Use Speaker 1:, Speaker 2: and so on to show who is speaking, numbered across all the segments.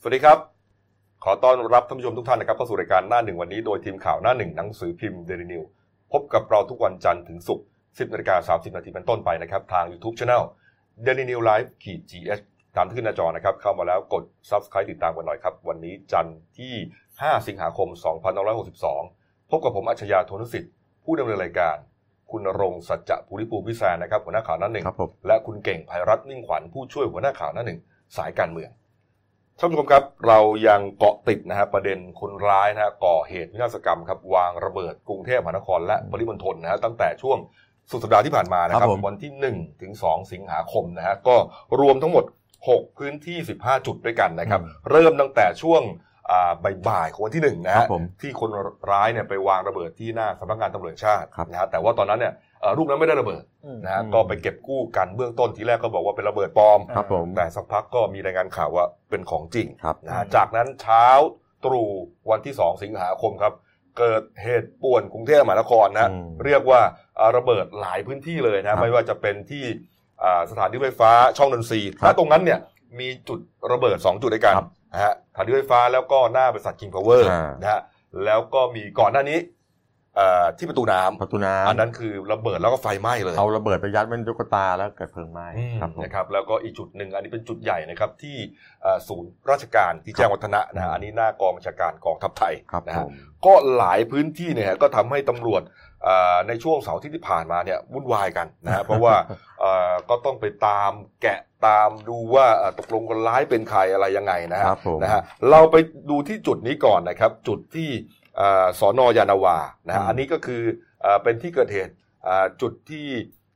Speaker 1: สวัสดีครับ ขอต้อนรับท่านผู้ชมทุกท่านนะครับเข้าสู่รายการหน้าหนึ่งวันนี้โดยทีมข่าวหน้าหนึ่งหนังสือพิมพ์เดลินิวพบกับเราทุกวันจันทร์ถึงศุกร์10นาฬิกา30นาทีเป็นต้นไปนะครับ ทาง YouTube Channel d a i l y New Live ขีด GS ตามที่ขึ้นหน้าจอนะครับ เข้ามาแล้วกด Subscribe ติดตามกันหน่อยครับ วันนี้จันทร์ที่ 5 สิงหาคม 2562 พบกับผมอัจฉริยะโทนุสิทธิ์ ผู้ดำเนินรายการ คุณณรงค์สัจจะภูริภูมิพิศารนะครับหัวหน้าข่าวหน้าหนึ่ง
Speaker 2: ครับผม
Speaker 1: และคุณเก่งภัยรัตน์มิ่งขวัญผู้ช่วยหัวหน้าข่าวหน้าหนึ่งสายการเมืองท่านผู้ชมครับ เรายังเกาะติดนะฮะประเด็นคนร้ายนะฮะก่อเหตุวินาศกรรมครับวางระเบิดกรุงเทพมหานครและปริมณฑลนะฮะตั้งแต่ช่วงสุดสัปดาห์ที่ผ่านมานะครับ
Speaker 2: ครับผม
Speaker 1: วันที่1ถึง2สิงหาคมนะฮะก็รวมทั้งหมด 6 พื้นที่ 15 จุดด้วยกันนะครับ
Speaker 2: อืม
Speaker 1: เริ่มตั้งแต่ช่วงอ่าบ่ายๆของวันที่1นะ
Speaker 2: ครั
Speaker 1: ฮะ
Speaker 2: บผม
Speaker 1: ที่คนร้ายเนี่ยไปวางระเบิดที่หน้าสำนักงานตำรวจแห่งชาติ
Speaker 2: ครับ
Speaker 1: นะฮะแต่ว่าตอนนั้นเนี่ยเอ่อลูกนั้นไม่ได้ระเบิดนะฮะ
Speaker 3: อืม
Speaker 1: ก็ไปเก็บกู้กันเบื้องต้นทีแรกก็บอกว่าเป็นระเบิดปลอม
Speaker 2: ครับผม
Speaker 1: แต่สักพักก็มีรายงานข่าวว่าเป็นของจริง
Speaker 2: ครับ
Speaker 1: นะฮะ
Speaker 3: อืม
Speaker 1: จากนั้นเช้าตรู่วันที่ 2 สิงหาคมครับ เกิดเหตุป่วนกรุงเทพมหานครนะฮะ
Speaker 2: อืม
Speaker 1: เรียกว่าเอ่อระเบิดหลายพื้นที่เลย
Speaker 2: ครั
Speaker 1: นะ
Speaker 2: บ
Speaker 1: ไม่ว่าจะเป็นที่อ่าสถานีรถไฟฟ้าช่องนนทรีย์
Speaker 2: ครับ
Speaker 1: ถ้าตรงนั้นเนี่ยมีจุดระเบิด 2 จุดด้วยกัน
Speaker 2: ครับ
Speaker 1: นะฮะสถานีรถไฟฟ้าแล้วก็หน้าบริษัท King Power
Speaker 2: อ่าน
Speaker 1: นะฮะแล้วก็มีก่อนหน้านี้เอ่อที่ประตูน้ำ
Speaker 2: ประตูน้
Speaker 1: อันนั้นคือระเบิดแล้วก็ไฟไหม้เลย
Speaker 2: ำเอาระเบิดไปยัดเป็นตุ๊กตาแล้วเกิดเพลิงไหม้
Speaker 1: อืม
Speaker 2: ครับผม
Speaker 1: นะครับแล้วก็อีกจุดหนึ่งอันนี้เป็นจุดใหญ่นะครับที่เอ่อศูนย์ราชการที่แจ้งวัฒนะนะฮะ
Speaker 2: อืม
Speaker 1: อันนี้หน้ากองบัญชาการกองทัพไทย
Speaker 2: ครับ
Speaker 1: นะ
Speaker 2: ผ
Speaker 1: ฮะ
Speaker 2: ม
Speaker 1: ก็หลายพื้นที่เนี่ยฮะก็ทำให้ตำรวจเอ่อในช่วงเสาร์อาที่ที่ผ่านมาเนี่ยวุ่นวายกันนะฮะ เพราะว่าเอ่อก็ต้องไปตามแกะตามดูว่าเอ่อตกลงคนร้ายเป็นใครอะไรยังไงนะฮะ
Speaker 2: ครับผม
Speaker 1: นะฮะเราไปดูที่จุดนี้ก่อนนะครับ จุดที่เอ่อสอนอยานาวานะฮะ
Speaker 2: อืม
Speaker 1: อันนี้ก็คือเอ่อเป็นที่เกิดเหตุเอ่อจุดที่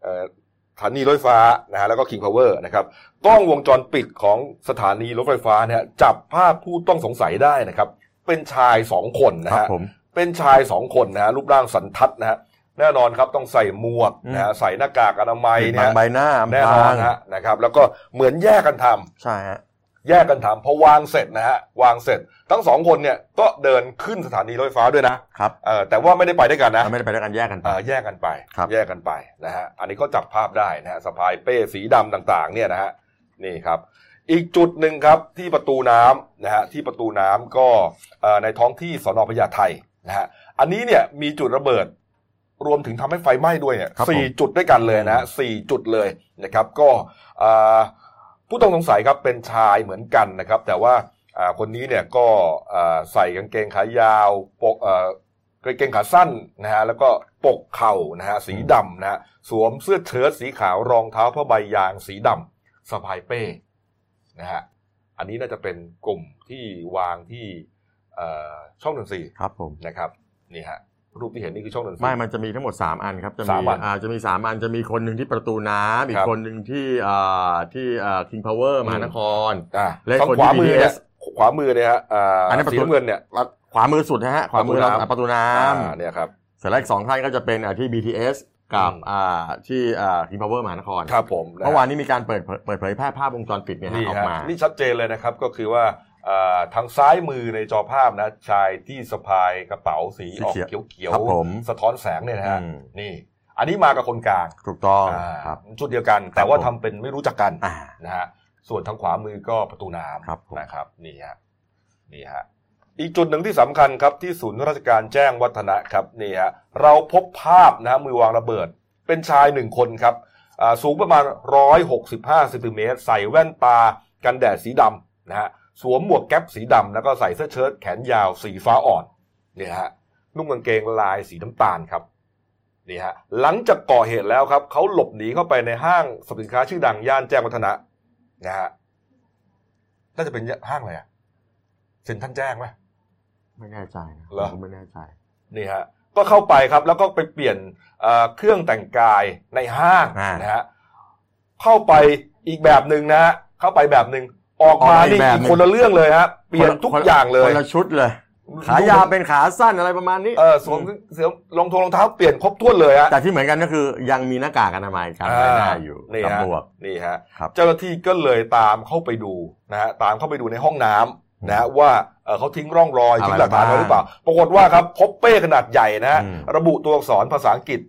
Speaker 1: เอ่อ สถานีรถไฟฟ้านะฮะแล้วก็คิงพาวเวอร์นะครับกล้องวงจรปิดของสถานีรถไฟฟ้าเนี่ยจับภาพผู้ต้องสงสัยได้นะครับ เป็นชายสองคนนะครับฮะ
Speaker 2: ผม
Speaker 1: เป็นชายสองคนนะฮะรูปร่างสันทัดนะฮะแน่นอนครับต้องใส่หมวกนะฮะ
Speaker 2: อืม
Speaker 1: ใส่หน้ากากอนามัย
Speaker 2: ปิด
Speaker 1: เนี่
Speaker 2: บั
Speaker 1: ย
Speaker 2: งใบหน้าอำ
Speaker 1: แน่
Speaker 2: พ
Speaker 1: นอ
Speaker 2: ราน ง
Speaker 1: ฮะนะครับ แล้วก็เหมือนแยกกันทำ
Speaker 2: ใช่ฮะ
Speaker 1: แยกกันทำพอวางเสร็จนะฮะวางเสร็จ ทั้งสองคนเนี่ยก็เดินขึ้นสถานีรถไฟฟ้าด้วยนะครับ เออแต่ว่าไม่ได้ไปด้วยกันนะ
Speaker 2: เราไม่ได้ไปด้วยกันแยกกันไป
Speaker 1: อ่าแยกกันไป
Speaker 2: ครับ
Speaker 1: แยกกันไปนะฮะ อันนี้ก็จับภาพได้นะฮะสะพายเป้สีดำต่างๆ เนี่ยนะฮะ นี่ครับ อีกจุดหนึ่งครับที่ประตูน้ำนะฮะที่ประตูน้ำก็เอ่อในท้องที่สนพญาไทนะฮะ อันนี้เนี่ยมีจุดระเบิด รวมถึงทำให้ไฟไหม้ด้วยเนี่ย
Speaker 2: ครับ
Speaker 1: สี่
Speaker 2: ผม
Speaker 1: จุดด้วยกันเลยนะฮะสี่จุดเลยนะครับ ก็เอ่อผู้ต้องสงสัยครับเป็นชายเหมือนกันนะครับ แต่ว่าอ่าคนนี้เนี่ยก็เอ่อใส่กางเกงขายาวปกเอ่อกางเกงขาสั้นนะฮะแล้วก็ปกเข่านะฮะสีดำนะฮะสวมเสื้อเชิ้ตสีขาวรองเท้าผ้าใบยางสีดำสะพายเป้นะฮะอันนี้น่าจะเป็นกลุ่มที่วางที่เอ่อช่องหนึ่งสี่
Speaker 2: ครับผม
Speaker 1: นะครับนี่ฮะรูปที่เห็นนี่คือช่องหนึ่งสี่
Speaker 2: ไม่มันจะมีทั้งหมด 3 อันครับจะ
Speaker 1: สา
Speaker 2: มี
Speaker 1: มอัน
Speaker 2: อ่าจะมี 3 อันจะมีคนหนึ่งที่ประตูน้ำอี
Speaker 1: ค
Speaker 2: ก
Speaker 1: รับ
Speaker 2: คนหนึ่งที่อ่าที่คิงพาวเวอร์มหานคร
Speaker 1: อ่ะ
Speaker 2: และ
Speaker 1: ฝั่ง
Speaker 2: คน
Speaker 1: ขวามือเนี่ย
Speaker 2: BTS
Speaker 1: ขวามือเนี่ยฮะอ่า
Speaker 2: อันนี้ประ
Speaker 1: สี
Speaker 2: ตู
Speaker 1: น้ำเงินเนี่ย
Speaker 2: ขวามือสุดนะฮะขวามือเรา
Speaker 1: ประตูน้ำ
Speaker 2: ประตูน้
Speaker 1: อ่า
Speaker 2: ำ
Speaker 1: เนี่ยครับ
Speaker 2: เสร็จแล้วอีกสองท่านก็จะเป็นอ่าที่ BTS กับ
Speaker 1: อืม
Speaker 2: อ่าที่คิงพาวเวอร์มหานคร
Speaker 1: ครับผมะฮะ
Speaker 2: เมื่อวานนี้มีการเปิดเผยเปิดเผยภาพภาพวงจรปิดเนี่ยฮะ
Speaker 1: นี่
Speaker 2: ออก
Speaker 1: ฮะ
Speaker 2: มา
Speaker 1: นี่ชัดเจนเลยนะครับก็คือว่าอ่าทางซ้ายมือในจอภาพนะชายที่สะพายกระเป๋าสี
Speaker 2: สี
Speaker 1: ออก
Speaker 2: เขียว
Speaker 1: เขียว
Speaker 2: ครับผม
Speaker 1: สะท้อนแสงเนี่ยนะฮะ
Speaker 2: อืม
Speaker 1: นี่ อันนี้มากับคนกลาง
Speaker 2: ถูกต้อง
Speaker 1: อ่า
Speaker 2: ครับ
Speaker 1: ชุดเดียวกัน แต่ว่า
Speaker 2: ผม
Speaker 1: ทำเป็นไม่รู้จักกัน
Speaker 2: อ่า
Speaker 1: นะฮะส่วนทางขวามือก็ประตูน้ำ
Speaker 2: ครับผม
Speaker 1: นะครับนี่ฮะนี่ฮะอีกจุดหนึ่งที่สำคัญครับที่ศูนย์ราชการแจ้งวัฒนะครับนี่ฮะเราพบภาพนะฮะมือวางระเบิด เป็นชายหนึ่งคนครับอ่าสูงประมาณ 165เซนติเมตร ใส่แว่นตากันแดดสีดำนะฮะ สวมหมวกแก๊ปสีดำแล้วก็ใส่เสื้อเชิ้ตแขนยาวสีฟ้าอ่อนเนี่ยฮะ นุ่งกางเกงลายสีน้ำตาลครับ นี่ฮะ หลังจากก่อเหตุแล้วครับ เขาหลบหนีเข้าไปในห้างสรรพสินค้าชื่อดังย่านแจ้งวัฒนะนะฮะ น่าจะเป็นห้างอะไรอะเซ็นทรัลแจ้งไหม
Speaker 2: ไม่แน่ใจนะ
Speaker 1: เหรอ
Speaker 2: ผมก็ไม่แน่ใจ
Speaker 1: นี่ฮะ ก็เข้าไปครับ แล้วก็ไปเปลี่ยนเอ่อเครื่องแต่งกายในห้าง
Speaker 2: อ่าน
Speaker 1: นะฮะ เข้าไปอีกแบบหนึ่งนะฮะ เข้าไปแบบหนึ่งออกมานี่อีกคนละเรื่องเลยฮะ เปลี่ยนทุกอย่างเลย
Speaker 2: คนละชุดเลย ขายาวเป็นขาสั้นอะไรประมาณนี้
Speaker 1: เออสวมเสือรองทงรองเท้าเปลี่ยนครบถ้วนเลยฮะ
Speaker 2: แต่ที่เหมือนกันก็คือยังมีหน้ากากอนามัยกันใบหน้าอยู่
Speaker 1: นี่
Speaker 2: กับ
Speaker 1: ฮะ
Speaker 2: หมวก
Speaker 1: นี่ฮะ
Speaker 2: ครับ
Speaker 1: เจ้าหน้าที่ก็เลยตามเข้าไปดูนะฮะตามเข้าไปดูในห้องน้ำนะฮะว่าเอ่อเขาทิ้งร่องรอย
Speaker 2: อะไร
Speaker 1: ทิ้งหลักฐานไว้หรือเปล่า ปรากฏว่าครับพบเป้ขนาดใหญ่นะฮะ
Speaker 2: อืม
Speaker 1: ระบุตัวอักษรภาษาอังกฤษ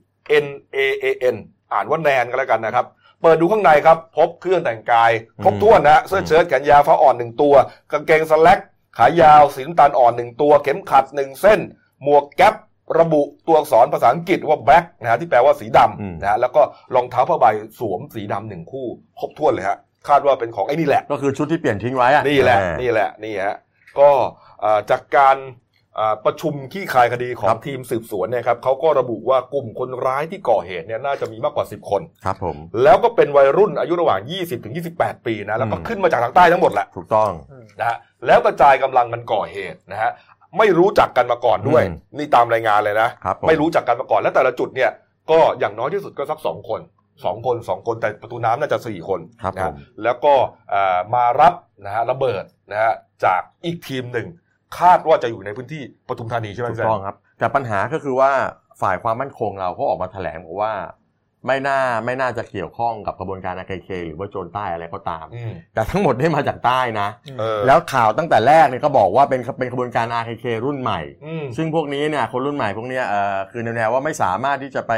Speaker 1: N A A N อ่านว่าแนนก็แล้วกันนะครับ เปิดดูข้างในครับ พบเครื่องแต่งกาย ครบถ้วนนะฮะเสื้อเชิ้ตแขนยาวฟ้าอ่อนหนึ่งตัว กางเกงสแล็กขายาวสีน้ำตาลอ่อนหนึ่งตัว เข็มขัดหนึ่งเส้น หมวกแก๊ประบุตัวอักษรภาษาอังกฤษว่าแบ็ k นะฮะที่แปลว่าสี
Speaker 2: อืม
Speaker 1: ดำนะฮะแล้วก็รองเท้าผ้าใบสวมสีดำหนึ่งคู่ ครบถ้วนเลยฮะคาดว่าเป็นของไอ้นี่แหละ
Speaker 2: ก็คือชุดที่เปลี่ยนทิ้งไว้อะ
Speaker 1: นี่แหละ
Speaker 2: อ่า
Speaker 1: นี่แหละนี่ฮะก็อ่าจากการอ่าประชุมขี้คลายคดีขอ
Speaker 2: ค
Speaker 1: ง
Speaker 2: รับ
Speaker 1: ทีมสืบสวนเนี่ยครับเขาก็ระบุว่ากลุ่มคนร้ายที่ก่อเหตุเนี่ยน่าจะมีมากกว่า 10 คน
Speaker 2: ครับผม
Speaker 1: แล้วก็เป็นวัยรุ่นอายุระหว่าง 20ถึง28 ปีนะแล้วก็
Speaker 2: อืม
Speaker 1: ขึ้นมาจากทางใต้ทั้งหมดแหละ
Speaker 2: ถูกต้อง
Speaker 1: นะฮะแล้วกระจายกำลังกันก่อเหตุนะฮะไม่รู้จักกันมาก่อนด้วย
Speaker 2: อืม
Speaker 1: นี่ตามรายงานเลยนะ
Speaker 2: ครับผ
Speaker 1: ไม่รู้จักกันมาก่อนและแต่ละจุดเนี่ยก็อย่างน้อยที่สุดก็สักสองคนสองคนสองคนแต่ประตูน้ำน่าจะสี่คน
Speaker 2: ครับ
Speaker 1: นะ
Speaker 2: ผ
Speaker 1: ฮะ
Speaker 2: ม
Speaker 1: แล้วก็เอ่อมารับนะฮะระเบิดนะฮะจากอีกทีมหนึ่ง คาดว่าจะอยู่ในพื้นที่ปทุมธานีใช่ไหม
Speaker 2: ถูก
Speaker 1: แซม
Speaker 2: ต้องครับแต่ปัญหาก็คือว่าฝ่ายความมั่นคงเราก็ออกมาแถลงบอกว่า ไม่น่าไม่น่าจะเกี่ยวข้องกับกระบวนการอาเคหรือว่าโจรใต้อะไรก็ตาม
Speaker 1: อืม
Speaker 2: แต่ทั้งหมดได้มาจากใต้นะ
Speaker 1: เออ
Speaker 2: แล้วข่าวตั้งแต่แรกเนี่ยก็บอกว่าเป็นเป็นกระบวนการ RKK รุ่นใหม่
Speaker 1: อืม
Speaker 2: ซึ่งพวกนี้เนี่ยคนรุ่นใหม่พวกเนี้ยเอ่อคือแนวๆว่าไม่สามารถที่จะไป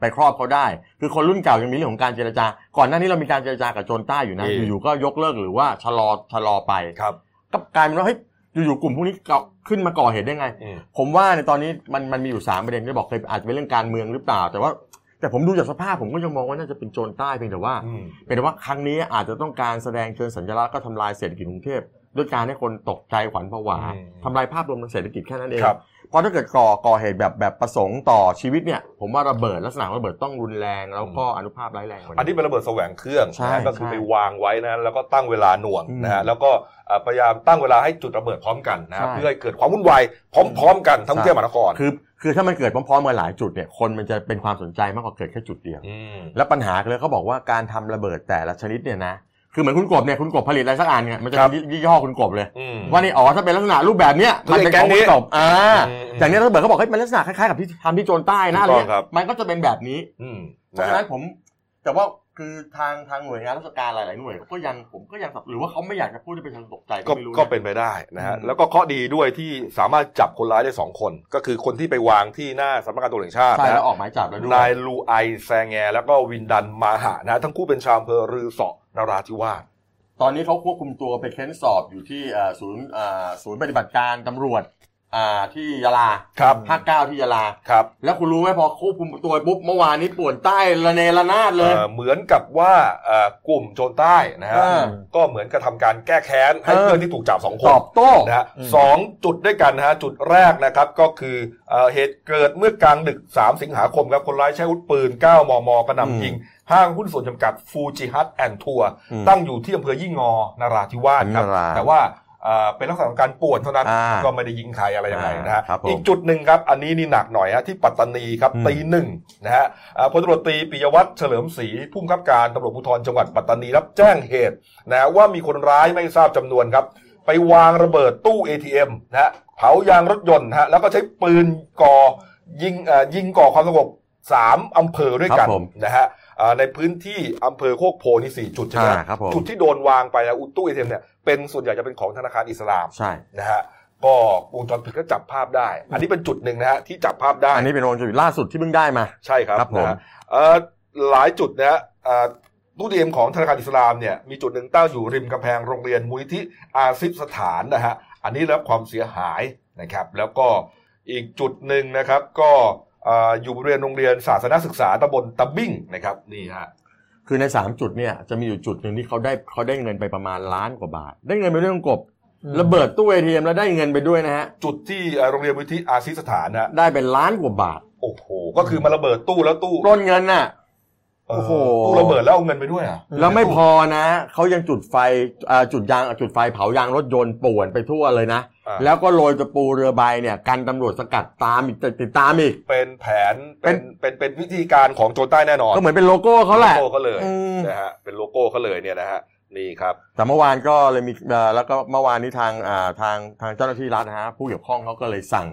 Speaker 2: ไปครอบเขาได้ คือคนรุ่นเก่ายังมีเรื่องของการเจรจา ก่อนหน้านี้เรามีการเจรจากับโจรใต้อยู่นะอยู่ๆก็ยกเลิกหรือว่าชะลอชะลอไป
Speaker 1: ครับ
Speaker 2: ก็กลายเป็นว่าเฮ้ยอยู่ๆกลุ่มพวกนี้ก็ขึ้นมาก่อเหตุได้ไง
Speaker 1: อืม
Speaker 2: ผมว่าในตอนนี้มันมันมีอยู่ 3 ประเด็นที่บอกเคยอาจจะเป็นเรื่องการเมืองหรือเปล่า แต่ว่าแต่ผมดูจากสภาพผมก็ยังมองว่าน่าจะเป็นโจรใต้เพียงแต่ว่า
Speaker 1: อืม
Speaker 2: เป็นแต่ว่าครั้งนี้อาจจะต้องการแสดงเชิงสัญลักษณ์ก็ทำลายเศรษฐกิจกรุงเทพด้วยการให้คนตกใจขวัญผวาทำลายภาพรวมทางเศรษฐกิจแค่นั้นเอง
Speaker 1: ครับ
Speaker 2: เพราะถ้าเกิดก่อก่อเหตุแบบแบบประสงค์ต่อชีวิตเนี่ยผมว่าระเบิดลักษณะของระเบิดต้องรุนแรงแล้วก็อนุภาพร้ายแรงกว่า
Speaker 1: อันนี้เป็นระเบิดแสวงเครื่อง
Speaker 2: ใช่
Speaker 1: นะฮะก็คือ
Speaker 2: ใช่
Speaker 1: ไปวางไว้นะแล้วก็ตั้งเวลาหน่วง
Speaker 2: อืม
Speaker 1: นะฮะแล้วก็เอ่อพยายามตั้งเวลาให้จุดระเบิดพร้อมกันนะฮะ
Speaker 2: ใช่
Speaker 1: เพื่อให้เกิดความวุ่นวายพร้อม ๆ กันทั้งกรุง
Speaker 2: ใช่
Speaker 1: เทพมหานคร
Speaker 2: คือคือถ้ามันเกิดพร้อมๆกันหลายจุดเนี่ยคนมันจะเป็นความสนใจมากกว่าเกิดแค่จุดเดียว
Speaker 1: ม
Speaker 2: แล้วปัญหาคือเขาบอกว่าการทำระเบิดแต่ละชนิดเนี่ยนะ คือเหมือนคุณกบเนี่ยคุณกบผลิตอะไรสักอันเนี่ยมันจะเป็นยี่ห้อคุณกบเลย
Speaker 1: อืม
Speaker 2: ว่านี่อ๋อถ้าเป็นลักษณะรูปแบบเนี้ย
Speaker 1: คือ
Speaker 2: มันเป็น
Speaker 1: ไอ้แก๊
Speaker 2: ของ ง
Speaker 1: นี้
Speaker 2: คุณกบอ่า
Speaker 1: อืม
Speaker 2: อย่างเนี้ยระเบิดเขาบอกเฮ้ยมันลักษณะคล้ายๆกับที่ทำที่โจรใต้นะอะไร
Speaker 1: ถู
Speaker 2: เงี้
Speaker 1: กต้อย งครับ
Speaker 2: มันก็จะเป็นแบบนี้
Speaker 1: อืมนะ
Speaker 2: เพราะฉะ
Speaker 1: ฮะ
Speaker 2: นั้นผม แต่ว่าคือทางทางหน่วยงานราชการหลายๆหน่วยก็ยังผมก็ยังสับหรือว่าเขาไม่อยากจะพูดจะเป็นทางตกใจ
Speaker 1: ก็
Speaker 2: ก็ไม่รู้ะ
Speaker 1: ก็เป็นไปได้นะฮะ
Speaker 2: อืม
Speaker 1: แล้วก็เคราะห์ดีด้วยที่สามารถจับคนร้ายได้สองคน ก็คือคนที่ไปวางที่หน้าสำนักงานตำรวจแห่งชาติ
Speaker 2: ใช่
Speaker 1: นะ
Speaker 2: แล้
Speaker 1: ฮะ
Speaker 2: วออกหมายจับแล้วด้วย
Speaker 1: นายลูไอแซงแงแล้วก็วินดันมาหะนะฮะทั้งคู่เป็นชาวอำเภอรือเสาะนราธิวาส
Speaker 2: ตอนนี้เขาควบคุมตัวไปเค้นสอบอยู่ที่เอ่อศูนย์เอ่อศูนย์ปฏิบัติการตำรวจอ่าที่ยะลา
Speaker 1: ครับ
Speaker 2: ภาคเก้าที่ยะลา
Speaker 1: ครับ
Speaker 2: แล้วคุณรู้ไหมพอควบคุมตัวปุ๊บเมื่อวานนี้ป่วนใต้ระเนระนาดเลย
Speaker 1: เอ่อเหมือนกับว่าเอ่อกลุ่มโจรใต้นะฮะ
Speaker 2: อ่า
Speaker 1: ก็เหมือนกระทำการแก้แค้นให้
Speaker 2: เออ
Speaker 1: เพื่อนที่ถูกจับสองค
Speaker 2: ต
Speaker 1: น
Speaker 2: อบโต้
Speaker 1: นะฮะ
Speaker 2: อืม
Speaker 1: สองจุดด้วยกันนะฮะจุดแรกนะครับก็คือเอ่อเหตุเกิดเมื่อกลางดึก 3 สิงหาคมครับคนร้ายใช้อาวุธปืน 9 มมกระหน่ำยิง ห้างหุ้นส่วนจำกัดฟูจิฮัตแอนทัว ตั้งอยู่ที่อำเภอยี่งอนราธิวาสครับ
Speaker 2: นรา
Speaker 1: แต่ว่าเอ่อเป็นลักษณะของการป่วนเท่านั้น
Speaker 2: อ่า
Speaker 1: ก็ไม่ได้ยิงใครอะไรยังไงนะฮะ
Speaker 2: อ่าครับผม
Speaker 1: อีกจุดหนึ่งครับ อันนี้นี่หนักหน่อยฮะที่ปัตตานีครับ
Speaker 2: อืม
Speaker 1: ตีหนึ่งนะฮะเอ่อพลตำรวจตรีปิยวัฒน์เฉลิมศรีผู้บังคับการตำรวจภูธรจังหวัดปัตตานีรับแจ้งเหตุนะฮะว่ามีคนร้ายไม่ทราบจำนวนครับ ไปวางระเบิดตู้ ATM นะฮะเผายางรถยนต์นะฮะแล้วก็ใช้ปืนก่อยิงเอ่อยิงก่อความสงบสามอำเภอด้วยกัน
Speaker 2: ครับผม
Speaker 1: นะฮะเอ่อในพื้นที่อำเภอโคกโพนี่สี่จุดใช่ไหม
Speaker 2: อ่า
Speaker 1: ฮะ
Speaker 2: ครับผม
Speaker 1: จุดที่โดนวางไปนะอุตู้เอทมเนี่ยเป็นส่วนใหญ่จะเป็นของธนาคารอิสลาม
Speaker 2: ใช่
Speaker 1: นะฮะก็วงจรปิดก็จับภาพได้ อันนี้เป็นจุดหนึ่งนะฮะที่จับภาพได้
Speaker 2: อันนี้เป็นวงจรปิดล่าสุดที่เพิ่งได้มา
Speaker 1: ใช่ครับ
Speaker 2: ครับผม
Speaker 1: นะฮะเอ่อหลายจุดนะฮะเอ่อตู้เอมของธนาคารอิสลามเนี่ยมีจุดหนึ่งตั้งอยู่ริมกำแพงโรงเรียนมูลนิธิอาซิบสถานนะฮะอันนี้ได้รับความเสียหายนะครับ แล้วก็อีกจุดหนึ่งนะครับก็เอ่ออยู่บริเวณโรงเรียนศาสนศึกษาตำบลตะบิ้งนะครับนี่ฮะ
Speaker 2: คือใน 3 จุดเนี่ยจะมีอยู่จุดหนึ่งที่เขาได้เขาได้เงินไปประมาณล้านกว่าบาท ได้เงินไปด้วยของกบระเบิดตู้เอทีเอ็มแล้วได้เงินไปด้วยนะฮะ
Speaker 1: จุดที่เอ่อโรงเรียนมูลนิธิอาซิบสถานนะฮะ
Speaker 2: ได้เป็นล้านกว่าบาท
Speaker 1: โอ้โหก็คือมาระเบิดตู้แล้วตู้
Speaker 2: ปล้นเงินน่ะ
Speaker 1: เ
Speaker 2: โอ้โห
Speaker 1: ตู้ระเบิดแล้วเอาเงินไปด้วยอ่ะ
Speaker 2: แล้วไม่พอนะเขายังจุดไฟเอ่อจุดยางจุดไฟเผายางรถยนต์ป่วนไปทั่วเลยนะ
Speaker 1: อ่ะ
Speaker 2: แล้วก็โรยตะปูเรือใบเนี่ยกันตำรวจสกัดตามอีกติดตามอีก
Speaker 1: เป็นแผน
Speaker 2: เป็
Speaker 1: เป็น
Speaker 2: น
Speaker 1: เป็นเป็นวิธีการของโจรใต้แน่นอน
Speaker 2: ก็เหมือนเป็นโลโก้เขาแหละ
Speaker 1: โลโก้เขาเลย
Speaker 2: อืม
Speaker 1: นะฮะเป็นโลโก้เขาเลยเนี่ยนะฮะนี่ครับ
Speaker 2: แต่เมื่อวานก็เลยมีเอ่อแล้วก็เมื่อวานนี้ทางอ่าทางทางเจ้าหน้าที่รัฐนะฮะผู้เกี่ยวข้องเขาก็เลยสั่ง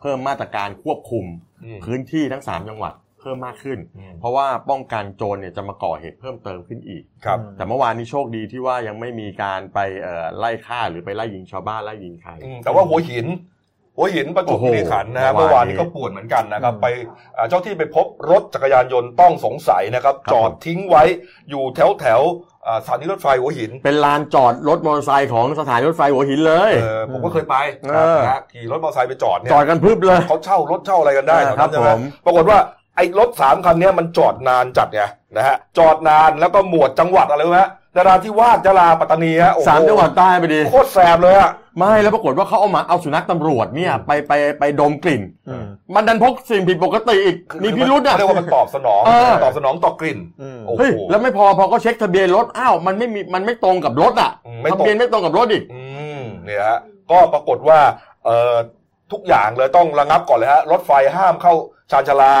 Speaker 2: เพิ่มมาตรการควบคุม
Speaker 1: อืม
Speaker 2: พื้นที่ทั้ง 3 จังหวัดเพิ่มมากขึ้น เพราะว่าป้องกันโจรเนี่ยจะมาก่อเหตุเพิ่มเติมขึ้นอีก
Speaker 1: ครับ
Speaker 2: แต่เมื่อวานนี้โชคดีที่ว่ายังไม่มีการไปเอ่อไล่ฆ่าหรือไปไล่ยิงชาวบ้านไล่ยิงใคร
Speaker 1: อืมแต่ว่าหัวหิน หัวหินประจวบ
Speaker 2: โอ้โห
Speaker 1: คีรีขันธ์นะฮะ
Speaker 2: เมื่
Speaker 1: เมื่
Speaker 2: อวาว
Speaker 1: อาน น
Speaker 2: นี้
Speaker 1: นี้ก็ปวดเหมือนกันนะครับ
Speaker 2: อืม
Speaker 1: ไปอ่าเจ้าที่ไปพบรถจักรยานยนต์ต้องสงสัยนะครับ
Speaker 2: ครับ
Speaker 1: จอดทิ้งไว้อยู่แถวแถวๆอ่าสถานีรถไฟหัวหิน
Speaker 2: เป็นลานจอดรถมอเตอร์ไซค์ของสถานีรถไฟหัวหินเลย
Speaker 1: เออผมก็เคยไป
Speaker 2: เออ
Speaker 1: นะฮะขี่รถมอเตอร์ไซค์ไปจอดเนี่ย
Speaker 2: จอดกันพรึบเลย
Speaker 1: เขาเช่ารถเช่าอะไรกันได้
Speaker 2: เออ
Speaker 1: แถวนั้น
Speaker 2: ครับ
Speaker 1: ใช่ไหม
Speaker 2: ผม
Speaker 1: ปรากฏว่าไอ้รถสามคันเนี้ยมันจอดนานจัดไงนะฮะจอดนานแล้วก็หมวดจังหวัดอะไรรู้ไหมฮะนราธิวาสยะลาปัตตานีฮะโอ้โ
Speaker 2: สามจังหวัดใต้ไปดี
Speaker 1: โคตรแสบเลยอะ
Speaker 2: ไม่แล้วปรากฏว่าเขาเอาหมาเอาสุนัขตำรวจเนี่ยไปไปไปดมกลิ่น
Speaker 3: อืม
Speaker 2: มันดันพกสิ่งผิดปกติอีกมีพิรุษอ่ะ
Speaker 1: เขาเรียกว่ามันตอบสนอง
Speaker 2: เออ
Speaker 1: ตอบสนองต่อกลิ่น
Speaker 3: อืม
Speaker 1: โอ้โห
Speaker 2: เฮ้ยแล้วไม่พอพอก็เช็คทะเบียนรถอ้าวมันไม่มีมันไม่ตรงกับรถอ่ะ
Speaker 1: อืมไม่ตรง
Speaker 2: ทะเบียนไม่ตรงกับรถอีก
Speaker 1: อืมเนี่ยฮะก็ปรากฏว่าเอ่อทุกอย่างเลยต้องระงับก่อนเลยฮะรถไฟห้ามเข้าชานชาลา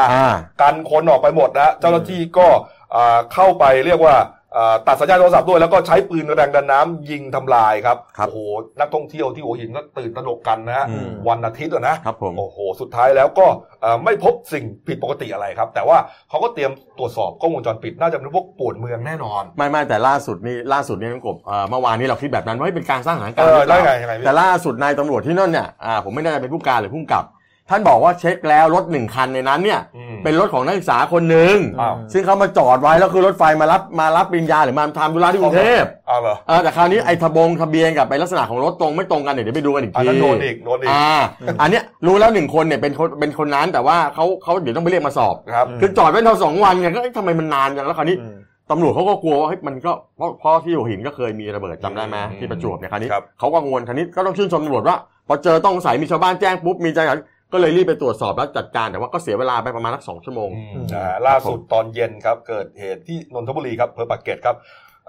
Speaker 1: กันคนออกไปหมดนะฮะเจ้าหน้าที่ก็อ่าเข้าไปเรียกว่าอ่าตัดสัญญาณโทรศัพท์ด้วยแล้วก็ใช้ปืนแรงดันน้ำยิงทำลายครับ
Speaker 2: ครับ
Speaker 1: โอ้โหนักท่องเที่ยวที่หัวหินก็ตื่นตระหนกกันนะฮะ
Speaker 2: อืม
Speaker 1: วันอาทิตย์อะนะ
Speaker 2: ครับผม
Speaker 1: โอ้โห สุดท้ายแล้วก็เอ่อไม่พบสิ่งผิดปกติอะไรครับ แต่ว่าเขาก็เตรียมตรวจสอบกล้องวงจรปิด น่าจะเป็นพวกปวดเมืองแน่นอน
Speaker 2: ไม่ไม่แต่ล่าสุดนี่ล่าสุดนี่น้องกบเอ่อเมื่อวานนี้เราคิดแบบนั้นว่าให้เป็นการสร้างสถานการ
Speaker 1: เอ
Speaker 2: ณ์
Speaker 1: อ
Speaker 2: หรือเป
Speaker 1: ได้
Speaker 2: ล่า
Speaker 1: ไงยังไงพี่
Speaker 2: แต่ล่าสุดนายตำรวจที่นั่นเนี่ยอ่าผมไม่แน่ใจเป็นผู้การหรือผู้กำกับ ท่านบอกว่าเช็คแล้วรถหนึ่งคันในนั้นเนี่ย
Speaker 1: อืม
Speaker 2: เป็นรถของนักศึกษาคนหนึ่ง
Speaker 1: อ้าว
Speaker 2: ซึ่งเขามาจอดไว้แล้วคือรถไฟมารับมารับปริญญาหรือมาทำธุระที่กรุงเทพ
Speaker 1: อ้าวเหรอ
Speaker 2: เออแต่คราวนี้ไอ้ทะบงทะเบียนกับไปลักษณะของรถตรงไม่ตรงกันเนี่ยเดี๋ยวไปดูกันอีก
Speaker 1: อัน
Speaker 2: ที
Speaker 1: นั้นโดนอีกโดนอีก
Speaker 2: อ่าอันเนี้ยรู้แล้วหนึ่งคนเนี่ยเป็นคนเป็นคนนั้นแต่ว่าเขาเขาเดี๋ยวต้องไปเรียกมาสอบ
Speaker 1: นะครับ
Speaker 3: อืม
Speaker 2: คือจอดไว้เราสองวันไงก็เอ๊ะทำไมมันนานจังแล้วคราวนี้
Speaker 3: อืม
Speaker 2: ตำรวจเขาก็กลัวว่าเฮ้ยมันก็เพราะเพราะที่หัวหินก็เคยมีระเบิดจำได้ไหม
Speaker 1: อืม
Speaker 2: ที่ประจวบเนี่ยคราวนี้
Speaker 1: ครับ
Speaker 2: เขาก็กังวลคราวนี้ก็ต้องชื่นชมตำรวจว่าพอเจอต้องใส่มีชาวบ้านแจ้งปุ๊บมีใจหายก็เลยรีบไปตรวจสอบแล้วจัดการแต่ว่าก็เสียเวลาไปประมาณสักสองชั่วโมง
Speaker 1: อืม
Speaker 3: อืม
Speaker 1: อ่าล่าสุดตอนเย็นครับ เกิดเหตุที่นนทบุรีครับอำเภอปากเกร็ดครับ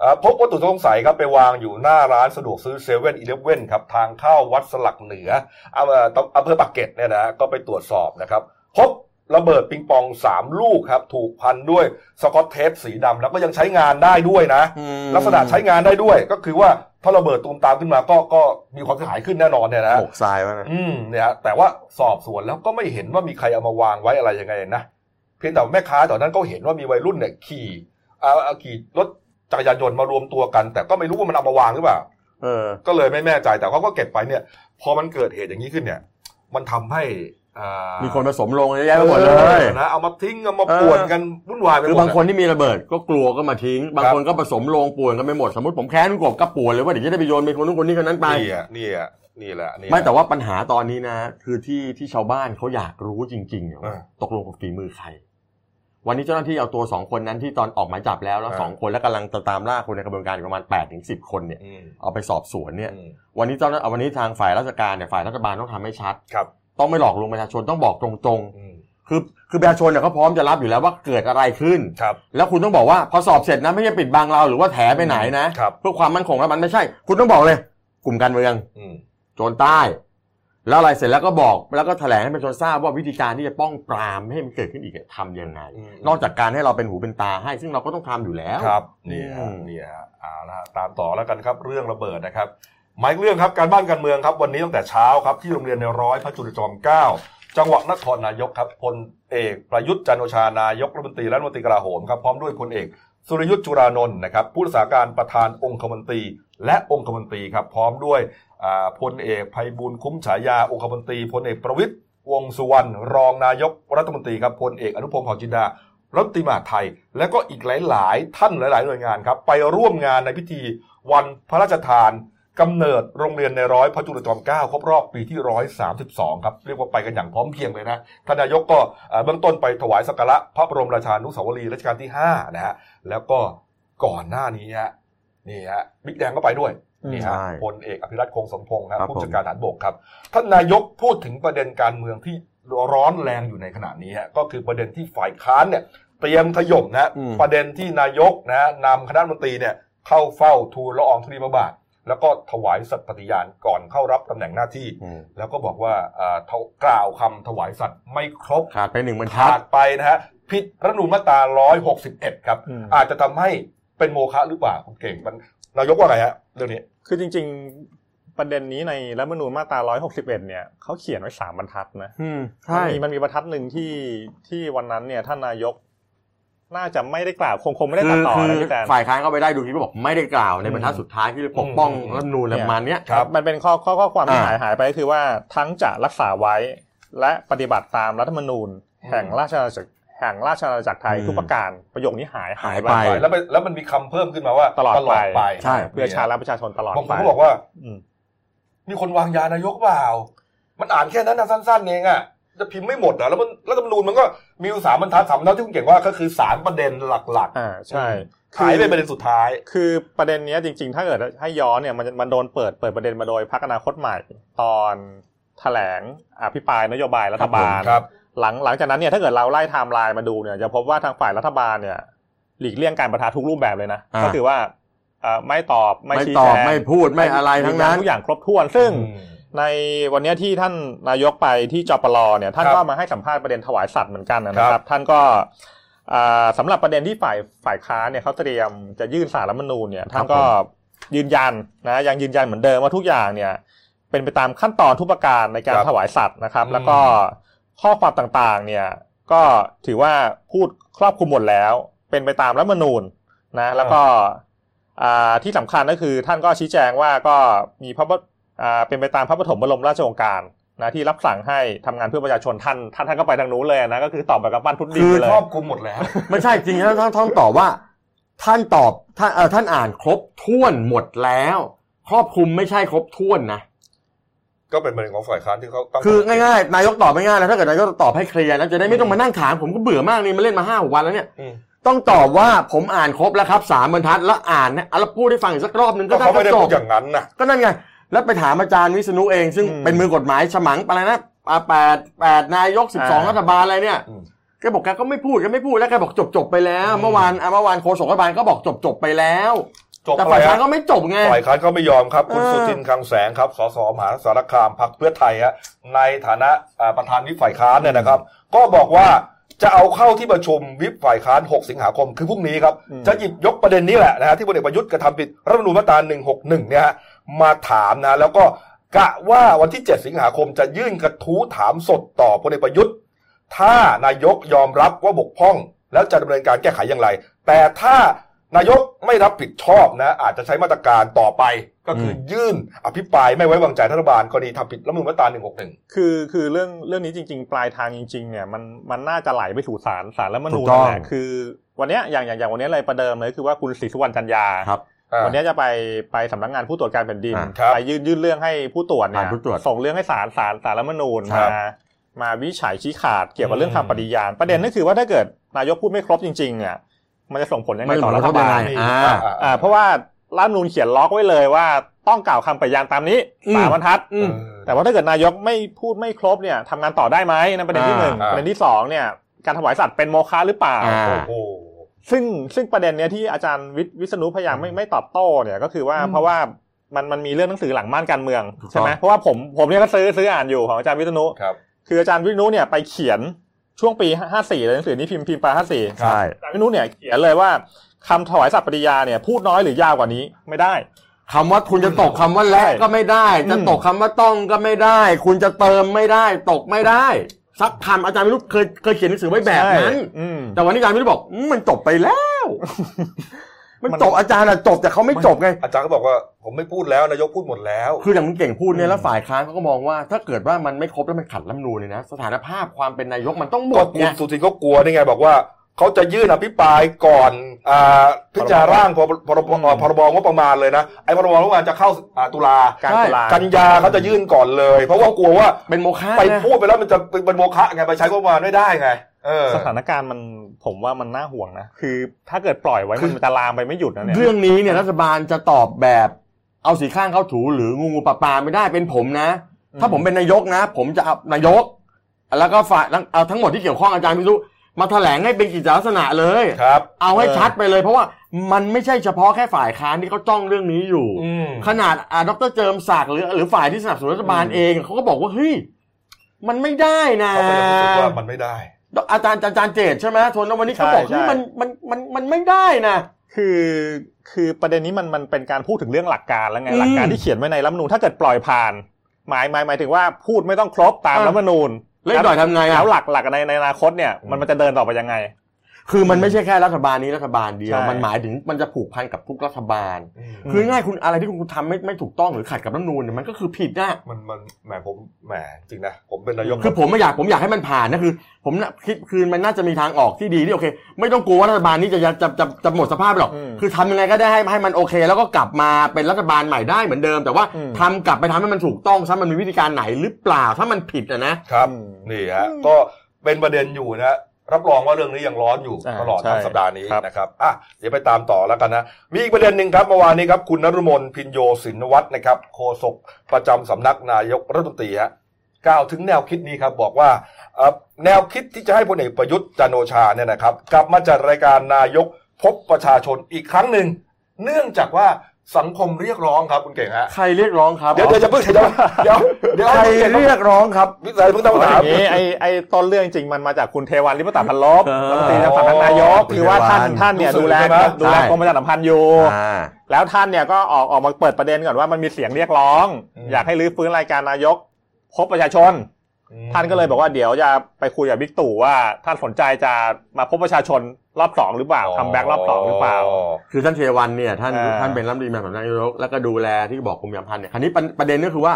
Speaker 1: อ่าพบวัตถุต้องสงสัยครับไปวางอยู่หน้าร้านสะดวกซื้อเซเว่นอีเลฟเว่นครับ ทางเข้าวัดสลักเหนืออำเภออำเภอปากเกร็ดเนี่ยนะฮะก็ไปตรวจสอบนะครับ พบระเบิดปิงปองสามลูกครับ ถูกพันด้วยสกอตเทปสีดำแล้วก็ยังใช้งานได้ด้วยนะ ลักษณะใช้งานได้ด้วย ก็คือว่าถ้าระเบิดตูมตามขึ้นมาก็ก็มีความเสียหายขึ้นแน่นอนเนี่ยนะฮะ
Speaker 2: หมกทรายวะนะ
Speaker 1: อืมเนี่ยฮะแต่ว่าสอบสวนแล้วก็ไม่เห็นว่ามีใครเอามาวางไว้อะไรยังไงนะเพียงแต่แม่ค้าตอนนั้นก็เห็นว่ามีวัยรุ่นเนี่ยขี่เอ่อเอาขี่รถจักรยานยนต์มารวมตัวกัน แต่ก็ไม่รู้ว่ามันเอามาวางหรือเปล่า
Speaker 2: เออ
Speaker 1: ก็เลยไม่แน่ใจแต่เขาก็เก็บไปเนี่ย พอมันเกิดเหตุอย่างนี้ขึ้นเนี่ย มันทำให้อ่า
Speaker 2: มีคนผสมลงเยอะแยะไปหมดเลย
Speaker 1: ออนะเอามาทิ้งเอามา
Speaker 2: เออ
Speaker 1: ป่วนกันวุ่นวายไปหมด
Speaker 2: คือบาง
Speaker 1: ะ
Speaker 2: คนที่มีระเบิดก็กลัวก็มาทิ้ง บาง
Speaker 1: ครับ
Speaker 2: คนก็ผสมลงป่วนกันไปหมดสมมติผมแค้นคุณกบก็ป่วนเลยว่าเดี๋ยวจะได้ไปโยนไปคนนู้นคนนี้คนนั้นไป
Speaker 1: นี่อ่ะนี่อ่ะนี่แหละนี่
Speaker 2: ไม่แต่ว่าปัญหาตอนนี้นะ คือที่ที่ชาวบ้านเขาอยากรู้จริงๆเนี่ยว่า
Speaker 1: อ่า
Speaker 2: ตกลงกับฝีมือใคร วันนี้เจ้าหน้าที่เอาตัวสองคนนั้นที่ตอนออกหมายจับแล้วแล้ว
Speaker 1: อ่า
Speaker 2: สองคนและกำลังจะตามล่าคนในกระบวนการประมาณ8ปดถึงสิคนเนี่ย
Speaker 1: อืม
Speaker 2: เอาไปสอบสวนเนี่ย
Speaker 1: อืม
Speaker 2: วันนี้เจ้าหน้าวันนี้ทางฝ่ายราชการเนี่ยฝ่ายรัฐบาลต้องทำให้ชัด
Speaker 1: ครับ
Speaker 2: ต้องไม่หลอกลวงประชาชนต้องบอกตรง
Speaker 1: อืม
Speaker 2: ๆ คือคือประชาชนเนี่ยเขาพร้อมจะรับอยู่แล้วว่าเกิดอะไรขึ้น
Speaker 1: ครับ
Speaker 2: แล้วคุณต้องบอกว่าพอสอบเสร็จนะไม่ใช่ปิดบังเราหรือว่าแถไปไหนนะครับ เพื่อความมั่นคงแล้วมันไม่ใช่ คุณต้องบอกเลย กลุ่มการเมือง
Speaker 1: อืม
Speaker 2: โจรใต้ แล้วอะไรเสร็จแล้วก็บอกแล้วก็แถลงให้ประชาชนทราบว่าวิธีการที่จะป้องปรามไม่ให้มันเกิดขึ้นอีกเนี่ยทำยังไง
Speaker 1: อืม
Speaker 2: นอกจากการให้เราเป็นหูเป็นตาให้ ซึ่งเราก็ต้องทำอยู่แล้ว
Speaker 1: ครับ
Speaker 2: อืม
Speaker 1: นี่ฮะนี่ฮะเอาละฮะตามต่อแล้วกันครับเรื่องระเบิดนะครับหมายเรื่องครับการบ้านการเมืองครับ วันนี้ตั้งแต่เช้าครับที่โรงเรียนในร้อยพระจุลจอมเกล้าจังหวัดนครนายกครับพลเอกประยุทธ์จันทร์โอชานายกรัฐมนตรีและรัฐมนตรีกลาโหมครับพร้อมด้วยพลเอก สุรยุทธ์จุรานนท์นะครับผู้รักษาการประธานองคมนตรี และองคมนตรีครับพร้อมด้วยอ่าพลเอกภัยบุญคุ้มฉายาองคมนตรีพลเอกประวิตรวงษ์สุวรรณรองนายกรัฐมนตรีครับพลเอกอนุพงศ์เผ่าจินดา รัฐมนตรีมหาดไทย และก็อีกหลาย ๆ ท่านหลาย ๆ หน่วยงานครับ ไปร่วมงานในพิธีวันพระราชทานกำเนิดโรงเรียนในร้อยพระจุลจอมเกล้าครบรอบปีที่ 132 ครับ เรียกว่าไปกันอย่างพร้อมเพรียงเลยนะท่านนายกก็เอ่อเบื้องต้นไปถวายสักการะพระบรมราชานุสาวรีย์รัชกาลที่ 5 นะฮะแล้วก็ก่อนหน้านี้ฮะนี่ฮะบิ๊กแดงก็ไปด้วย นี่ฮะ
Speaker 2: ใช่
Speaker 1: พลเอกอภิรัตคงสมพงศ์นะครับ ผู้
Speaker 2: ผม
Speaker 1: จัดการทหารบกครับ ท่านนายกพูดถึงประเด็นการเมืองที่ร้อนแรงอยู่ในขณะนี้ฮะก็คือประเด็นที่ฝ่ายค้านเนี่ยเตรียมขย่มนะฮะ
Speaker 2: อืม
Speaker 1: ประเด็นที่นายกนะฮะนำคณะรัฐมนตรีเนี่ยเข้าเฝ้าทูลละอองธุลีพระบาท แล้วก็ถวายสัตย์ปฏิญาณก่อนเข้ารับตำแหน่งหน้าที่
Speaker 2: อืม
Speaker 1: แล้วก็บอกว่าอ่าถวกล่าวคำถวายสัตย์ไม่ครบ
Speaker 2: ขาดไปหนึ่งบรรทั
Speaker 1: ขา
Speaker 2: ด
Speaker 1: ดไปนะฮะผิดรัฐธรรมนูญมาตรา 161 ครับ
Speaker 3: อืม
Speaker 1: อาจจะทำให้เป็นโมฆะหรือเปล่าคุณเก่งมันนายกว่าไงฮะเรื่องนี้
Speaker 3: คือจริง ๆ ประเด็นนี้ในรัฐธรรมนูญมาตรา 161 เนี่ยเขาเขียนไว้สามบรรทัดนะ
Speaker 2: อืม
Speaker 3: มั
Speaker 2: ใช่
Speaker 3: มีมันมีบรรทัดหนึ่งที่ที่วันนั้นเนี่ยท่านนายก น่าจะไม่ได้กล่าวคงคงไม่ได้ตัดต่อ
Speaker 2: คื
Speaker 3: นะ
Speaker 2: คื
Speaker 3: พี่แตน
Speaker 2: ฝ่ายค้านเข้าไปได้ดูคลิปก็บอกไม่ได้กล่าวในบรรทัดสุดท้ายที่ปกป้อง
Speaker 1: อืม
Speaker 2: รัฐธรรมนูลอะไร
Speaker 3: เนี่ย
Speaker 2: ประมาณเนี้ย
Speaker 1: ครับ
Speaker 3: มันเป็นข้อข้อข้อความที่
Speaker 2: อ่า
Speaker 3: หายหายไปก็คือว่าทั้งจะรักษาไว้และปฏิบัติตามรัฐธรรมนูญ แห่งราชอาณาจักรแห่งราชอาณาจักรไทย
Speaker 2: อืม
Speaker 3: ทุกประการประโยคนี้หาย
Speaker 2: หาย
Speaker 1: ไปแล้วไปแล้วมันมีคำเพิ่มขึ้นมาว่า
Speaker 3: ตลอดไป
Speaker 1: ไป
Speaker 2: ใช่
Speaker 3: เพื่อชาติและประชาชนตลอด
Speaker 1: บางค
Speaker 3: ไป
Speaker 1: นก็บอกว่า
Speaker 3: อืม
Speaker 1: มีคนวางยานายกเปล่า มันอ่านแค่นั้นนะสั้นๆเองอะจะพิมพ์ไม่หมดอะแล้วมันรัฐธรรมนูญมันก็มีอยู่สามบรรทัดสามบรรทัดที่คุณเก่งว่าก็คือสามประเด็นหลัก
Speaker 3: อ่าใช่
Speaker 1: อืม ๆขายไปประเด็นสุดท้าย
Speaker 3: คือประเด็นเนี้ยจริงๆ ถ้าเกิดให้ย้อนเนี่ยมันมันโดนเปิดเปิดประเด็นมาโดยพรรคอนาคตใหม่ ตอนแถลงอภิปรายนโยบายรัฐบาล
Speaker 1: ครับ
Speaker 3: หลังหลังจากนั้นเนี่ยถ้าเกิดเราไล่ไทม์ไลน์มาดูเนี่ยจะพบว่าทางฝ่ายรัฐบาลเนี่ยหลีกเลี่ยงการประทะทุกรูปแบบเลยนะ
Speaker 2: อ่า
Speaker 3: ก็คือว่าเอ่อไม่ตอบไม่
Speaker 2: ไม่
Speaker 3: ชี้
Speaker 2: ต
Speaker 3: แจ
Speaker 2: อบ
Speaker 3: ง
Speaker 2: ไม่พูดไม่อะไรทั้งนั้น
Speaker 3: ทุกอย่างครบถ้วน ซึ่งในวันเนี้ยที่ท่านนายกไปที่จปลเนี่ยท่าน
Speaker 1: ครับ
Speaker 3: ก็มาให้สัมภาษณ์ประเด็นถวายสัตว์เหมือนกันนะค
Speaker 1: ครั
Speaker 3: รับ
Speaker 1: บ
Speaker 3: ท่านก็เอ่อสำหรับประเด็นที่ฝ่ายฝ่ายค้านเนี่ยเขาเตรียมจะยื่นสารรัฐธรรมนูญเนี่ยท่านก็ยืนยันนะยังยืนยันเหมือนเดิมว่าทุกอย่างเนี่ย เป็นไปตามขั้นตอนทุกประการในการ
Speaker 1: ครับ
Speaker 3: ถวายสัตว์นะครับ
Speaker 1: อืม
Speaker 3: แล้วก็ข้อความต่างๆ เนี่ยก็ถือว่าพูดครอบคลุมหมดแล้ว เป็นไปตามรัฐธรรมนูญนะแล้วก็อ่าที่สำคัญก็คือท่านก็ชี้แจงว่าก็มีพระบอ่าเป็นไปตามพระปฐมบรมราชโองการนะที่รับสั่งให้ทำงานเพื่อประชาชนท่านท่านท่านก็ไปทางนู้นเลยนะก็คือตอบแบบกับบ้านทุนดิน
Speaker 1: คื
Speaker 3: ไป
Speaker 1: อ
Speaker 3: เลย
Speaker 1: ครอบคลุมหมดแล้ว
Speaker 2: ไม่ใช่จริงๆท่านท่านท่านตอบว่า ท่านตอบท่านเออท่านอ่านครบถ้วนหมดแล้ว ครอบคลุมไม่ใช่ครบถ้วนนะ
Speaker 1: ก็เป็นประเด็นของฝ่ายค้านที่เขาตั้ง
Speaker 2: คือง่ายๆนายกตอบไม่ง่ายนะถ้าเกิดนายกตอบให้เคลียร์นะจะได้ไม่ต้องมานั่งถามผมก็เบื่อมากนี่มาเล่นมาห้าหกวันแล้วเนี่ย
Speaker 1: อืม
Speaker 2: ต้องตอบว่าผมอ่านครบแล้วครับสามบรรทัดแล้วอ่านนะเอาแล้วพูดให้ฟังอีกสักรอบหนึ่ง
Speaker 1: ก็
Speaker 2: ก็
Speaker 1: เขาไม่ได้
Speaker 2: จ
Speaker 1: พู
Speaker 2: บ
Speaker 1: ดอย่างนั้นนะ
Speaker 2: ก็นั่นไง แล้วไปถามอาจารย์วิษณุเองซึ่ง
Speaker 3: อืม
Speaker 2: เป็นมือกฎหมายฉมังอะไรนะอ่าแปดแปดนายกสิบสอง
Speaker 3: อ่า
Speaker 2: รัฐบาลอะไรเนี่ย
Speaker 1: อืม
Speaker 2: แกบอกแกก็ไม่พูดแกไม่พูดแล้วแกบอกจบจบๆไปแล้ว เมื่อวานอ่ะเมื่อวานโฆษกรัฐบาลก็บอกจบจบๆไปแล้ว
Speaker 1: จบ
Speaker 2: แต่
Speaker 1: ไป
Speaker 2: ฝ่าย
Speaker 1: แล้
Speaker 2: ค้าน
Speaker 1: ว
Speaker 2: ก็ไม่จบไง
Speaker 1: ฝ่ายค้านเขาไม่ยอมครับ คุณ
Speaker 2: เออ
Speaker 1: สุทินคลังแสงครับสสมหาสารคามพรรคเพื่อไทยฮะในฐานะอ่าประธานวิปฝ่ายค้านเนี่ยนะครับ ก็บอกว่าจะเอาเข้าที่ประชุมวิปฝ่ายค้าน 6 สิงหาคมคือพรุ่งนี้ครับ
Speaker 3: อืม
Speaker 1: จะหยิบยกประเด็นนี้แหละนะฮะที่พลเอกประยุทธ์กระทำผิดรัฐธรรมนูญมาตรา 161 เนี่ยฮะมาถามนะแล้วก็กะว่าวันที่ 7 สิงหาคมจะยื่นกระทู้ถามสดต่อพลเอกประยุทธ์ ถ้านายกยอมรับว่าบกพร่อง แล้วจะดำเนินการแก้ไขอย่างไร แต่ถ้านายกไม่รับผิดชอบนะ อาจจะใช้มาตรการต่อไป ก็คืออยื่นอภิปรายไม่ไว้วางใจรัฐบาลกรณีทำผิดรัฐธรรมนูญมาตรา 161
Speaker 3: คือคือเรื่องเรื่องนี้จริง ๆ ปลายทางจริง ๆ เนี่ยมันมันน่าจะไหลไปถูสารสารแล้วม
Speaker 2: ถู
Speaker 3: นูญ
Speaker 2: กต้อง
Speaker 3: แหละคือวันเนี้ยอย่างอย่างอย่างวันเนี้ยเลยประเดิมเลยคือว่าคุณศรีสุวรรณจันยา
Speaker 2: ครับ
Speaker 1: อ่า
Speaker 3: วันเนี้ยจะไปไปสำนักงานผู้ตรวจการแผ่นดิน
Speaker 2: อ่า
Speaker 1: ครับ
Speaker 3: ไปยื่นยื่นเรื่องให้ผู้ตรวจเนี่ย
Speaker 2: อ่าผู้ตรวจ
Speaker 3: ส่งเรื่องให้ศาลศาลศาลรัฐธรรมนูญ
Speaker 2: ครั
Speaker 3: มา
Speaker 2: บ
Speaker 3: มาวินิจฉัยชี้ขาดเกี่ยวกับเรื่อง
Speaker 1: อืม
Speaker 3: คำปฏิญาณประเด็นนั่นคือว่าถ้าเกิดนายกพูดไม่ครบจริง ๆ เนี่ย มันจะส่งผลยังไง
Speaker 2: มัน
Speaker 3: ต่อ
Speaker 2: รั
Speaker 3: รั
Speaker 2: ฐ
Speaker 3: ฐ
Speaker 2: บา
Speaker 3: บา
Speaker 2: ล
Speaker 3: ล
Speaker 2: ยังไงอ่า
Speaker 3: อ่าเพราะว่ารัฐธรรมนูญเขียนล็อกไว้เลยว่าต้องกล่าวคำปฏิญาณตามนี้
Speaker 2: อืม
Speaker 3: สามบรรทัด
Speaker 2: อืม
Speaker 1: แต่
Speaker 3: แต่ว่าถ้าเกิดนายกไม่พูดไม่ครบเนี่ยทำงานต่อได้ไหมนั่นประเด็นที่หนึ่ง
Speaker 1: อ่า
Speaker 3: ประเด็นที่สองเนี่ยการถวายสัตว์เป็นโมฆะหรือเปล่า
Speaker 2: อ่า
Speaker 1: โอ้โห
Speaker 3: ซึ่งซึ่งประเด็นเนี้ยที่อาจารย์วิทวิษณุพยายามไม่ไม่ตอบโต้เนี่ยก็คือว่า
Speaker 2: อืม
Speaker 3: เพราะว่ามันมันมีเรื่องหนังสือหลังม่านการเมือง
Speaker 2: ถูกต้อง
Speaker 3: ใช่ไหมเพราะว่าผมผมเนี่ยก็ซื้อซื้ออ่านอยู่ของอาจารย์วิษณุ
Speaker 1: ครับ
Speaker 3: คืออาจารย์วิษณุเนี่ยไปเขียนช่วงปี 54เลยหนังสือนี้พิมพ์พิมพ์ปี54
Speaker 1: ครับ
Speaker 2: ใช่
Speaker 3: อาจารย์วิษณุเนี่ยเขียนเลยว่าคำถวายสัตย์ปฏิญาเนี่ยพูดน้อยหรือยาวกว่านี้ไม่ได้
Speaker 2: คำว่าคุณจะตกคำว่าและ
Speaker 3: ใช่
Speaker 2: ก็ไม่ได้
Speaker 3: อืม
Speaker 2: จะตกคำว่าต้องก็ไม่ได้ คุณจะเติมไม่ได้ ตกไม่ได้ สักคำอาจารย์ไม่รู้เคยเคยเขียนหนังสือไว้แบบนั้น
Speaker 3: ใช่อืม
Speaker 2: แต่วันนี้อาจารย์ไม่รู้บอกอืมมันจบไปแล้ว มัน
Speaker 3: มัน
Speaker 2: จบอาจารย์อะจบแต่เขาไม่จบไง
Speaker 1: อาจารย์ก็บอกว่าผมไม่พูดแล้วนายกพูดหมดแล้ว
Speaker 2: คืออย่างคุณเก่งพูดเนี่ย
Speaker 3: อืม
Speaker 2: แล้วฝ่ายค้านเขาก็มองว่า ถ้าเกิดว่ามันไม่ครบแล้วมันขัดรัฐธรรมนูญเนี่ยนะสถานภาพความเป็นนายกมันต้องหม
Speaker 1: ก็
Speaker 2: ด
Speaker 1: คุ
Speaker 2: ไง
Speaker 1: ณสุทินก็กลัวนี่ไงบอกว่าเขาจะยื่นอภิปรายก่อนอ่าพิจารณาร่างพรพรบเอ่อพรบงบประมาณเลยนะไอ้พรบงบประมาณจะเข้าอ่าตุลา
Speaker 3: การ
Speaker 2: ใช่
Speaker 3: ตุลา
Speaker 1: กันยาเขาจะยื่นก่อนเลย เพราะว่ากลัวว่า
Speaker 2: เป็นโมฆะ
Speaker 1: ไป
Speaker 2: นะ
Speaker 1: พูดไปแล้วมันจะเป็นโมฆะไงไปใช้งบประมาณไม่ได้ไงเออ
Speaker 3: สถานการณ์มันผมว่ามันน่าห่วงนะ คือถ้าเกิดปล่อยไว้มันจะลามไปไม่หยุดนะเนี่ย
Speaker 2: เรื่องนี้เนี่ยรัฐบาลจะตอบแบบ เอาสีข้างเข้าถูหรืองูงูปลาปลาไม่ได้เป็นผมนะ
Speaker 3: อืม
Speaker 2: ถ้าผมเป็นนายกนะ ผมจะเอานายก แล้วก็ฝ่ายทั้งเอาทั้งหมดที่เกี่ยวข้องอาจารย์พิสุมาแถลงให้เป็นกิจลักษณะเลย
Speaker 1: ครับ
Speaker 2: เอาให้ชัดไปเลย เพราะว่ามันไม่ใช่เฉพาะแค่ฝ่ายค้านที่เขาจ้องเรื่องนี้อยู่
Speaker 1: อืม
Speaker 2: ขนาดอ่าดรเจิมศักดิ์หรือหรือฝ่ายที่สนับสนุนรัฐบาล
Speaker 1: อืม
Speaker 2: เองเขาก็บอกว่าเฮ้ยมันไม่ได้นะ
Speaker 1: เขาก็ยังรู้สึกว่ามันไม่ได้
Speaker 2: อาจารย์อาจารย์เจตใช่ไหมทนวันนี้เขา
Speaker 3: ใช่
Speaker 2: บอก
Speaker 3: ใช่
Speaker 2: เฮ้ยมันมันมันมันไม่ได้นะ
Speaker 3: คือคือประเด็นนี้มันมันเป็นการพูดถึงเรื่องหลักการแล้วไง
Speaker 2: อืม
Speaker 3: หลักการที่เขียนไว้ในรัฐธรรมนูญถ้าเกิดปล่อยผ่าน หมายหมายหมายถึงว่าพูดไม่ต้องครบตาม
Speaker 2: อ่ะ
Speaker 3: รัฐธรรมนูญ
Speaker 2: แล้วอีกหน่อยทำไง
Speaker 3: แล้
Speaker 2: อ่ะ
Speaker 3: วหลักหลักในในอนาคตเนี่ย
Speaker 1: อืม
Speaker 3: มันมันจะเดินต่อไปยังไง
Speaker 2: คือมันไม่ใช่แค่รัฐบาลนี้รัฐบาลเดียว
Speaker 3: ใช่
Speaker 2: มันหมายถึงมันจะผูกพันกับทุกรัฐบาล
Speaker 1: อืม
Speaker 2: คือง่ายคุณอะไรที่คุณทำไม่ไม่ถูกต้องหรือขัดกับรัฐธรรมนูญเนี่ยมันก็คือผิดนะ
Speaker 1: มันมันแหมผมแหมจริงนะผมเป็นนายก
Speaker 2: คือผมไม่อยากผมอยากให้มันผ่านนะคือ ผมน่ะคิดคือมันน่าจะมีทางออกที่ดีที่โอเค ไม่ต้องกลัวว่ารัฐบาลนี้จะจะจะจะจะหมดสภาพหรอก
Speaker 3: อืม
Speaker 2: คือทำยังไงก็ได้ให้ให้มันโอเค แล้วก็กลับมาเป็นรัฐบาลใหม่ได้เหมือนเดิม แต่ว่า
Speaker 3: อืม
Speaker 2: ทำกลับไปทำให้มันถูกต้องซะมันมีวิธีการไหนหรือเปล่าถ้ามันผิดอะนะ
Speaker 1: ครับ
Speaker 3: อืม
Speaker 1: นี่ฮะก็เป็นประเด็นอยู่นะรับรองว่าเรื่องนี้ยังร้อนอยู่
Speaker 3: อ่า
Speaker 1: ตลอดทั้ง
Speaker 3: ใช่
Speaker 1: สัปดาห์นี้
Speaker 3: ครับ
Speaker 1: นะครับอ่ะเดี๋ยวไปตามต่อแล้วกันนะมีอีกประเด็นหนึ่งครับเมื่อวานนี้ครับคุณนรุมนพินโยสินวัตรนะครับโฆษกประจำสำนักนายกรัฐมนตรีฮะกล่าวถึงแนวคิดนี้ครับบอกว่าเอ่อแนวคิดที่จะให้พลเอกประยุทธ์จันทร์โอชาเนี่ยนะครับกลับมาจัดรายการนายกพบประชาชนอีกครั้งหนึ่งเนื่องจากว่าสังคมเรียกร้องครับคุณเก่งฮะ
Speaker 2: ใครเรียกร้องครับ
Speaker 1: เดี๋ยวเดี๋ยวจะเพิ่งเดี๋ยวเดี๋ยวเดี๋ยว
Speaker 2: ใคร
Speaker 1: ให้คุณก่ง
Speaker 2: เรียกร้องครับ
Speaker 1: วิสัยเพิ่งต้อง
Speaker 3: อ
Speaker 1: ถาม
Speaker 3: ย่างนี้ไอไอต้นเรื่องจริงมันมาจากคุณเทวันริปตะพันลบ
Speaker 2: เออ
Speaker 3: รัฐมนตรีสำนักนายก
Speaker 2: คุณ
Speaker 3: คือว่าท่าน
Speaker 2: เทวัน
Speaker 3: ท่านเนี่ย
Speaker 1: รู้สึ
Speaker 3: ดู
Speaker 1: ก
Speaker 3: แล
Speaker 1: ใช่ไหม
Speaker 3: ดูแล
Speaker 2: ใช่
Speaker 3: กรมประชาสัมพันธ์อยู่
Speaker 2: อ่า
Speaker 3: แล้วท่านเนี่ยก็ออกออกมาเปิดประเด็นก่อนว่ามันมีเสียงเรียกร้อง
Speaker 1: อืม
Speaker 3: อยากให้รื้อฟื้นรายการนายก พบประชาชน
Speaker 1: อืม
Speaker 3: ท่านก็เลยบอกว่าเดี๋ยวจะไปคุยกับบิ๊กตู่ว่าท่านสนใจจะมาพบประชาชนรอบสองหรือเปล่าคัมแบ็กรอบสองหรือเปล่า
Speaker 2: คือท่านเทวันเนี่ยท่าน
Speaker 3: อ่า
Speaker 2: ท่านเป็นรัฐมนตรีมาสำนักนายกแล้วก็ดูแลที่บอกกรมยามพันธ์เนี่ยคราวนี้ประประเด็นก็คือว่า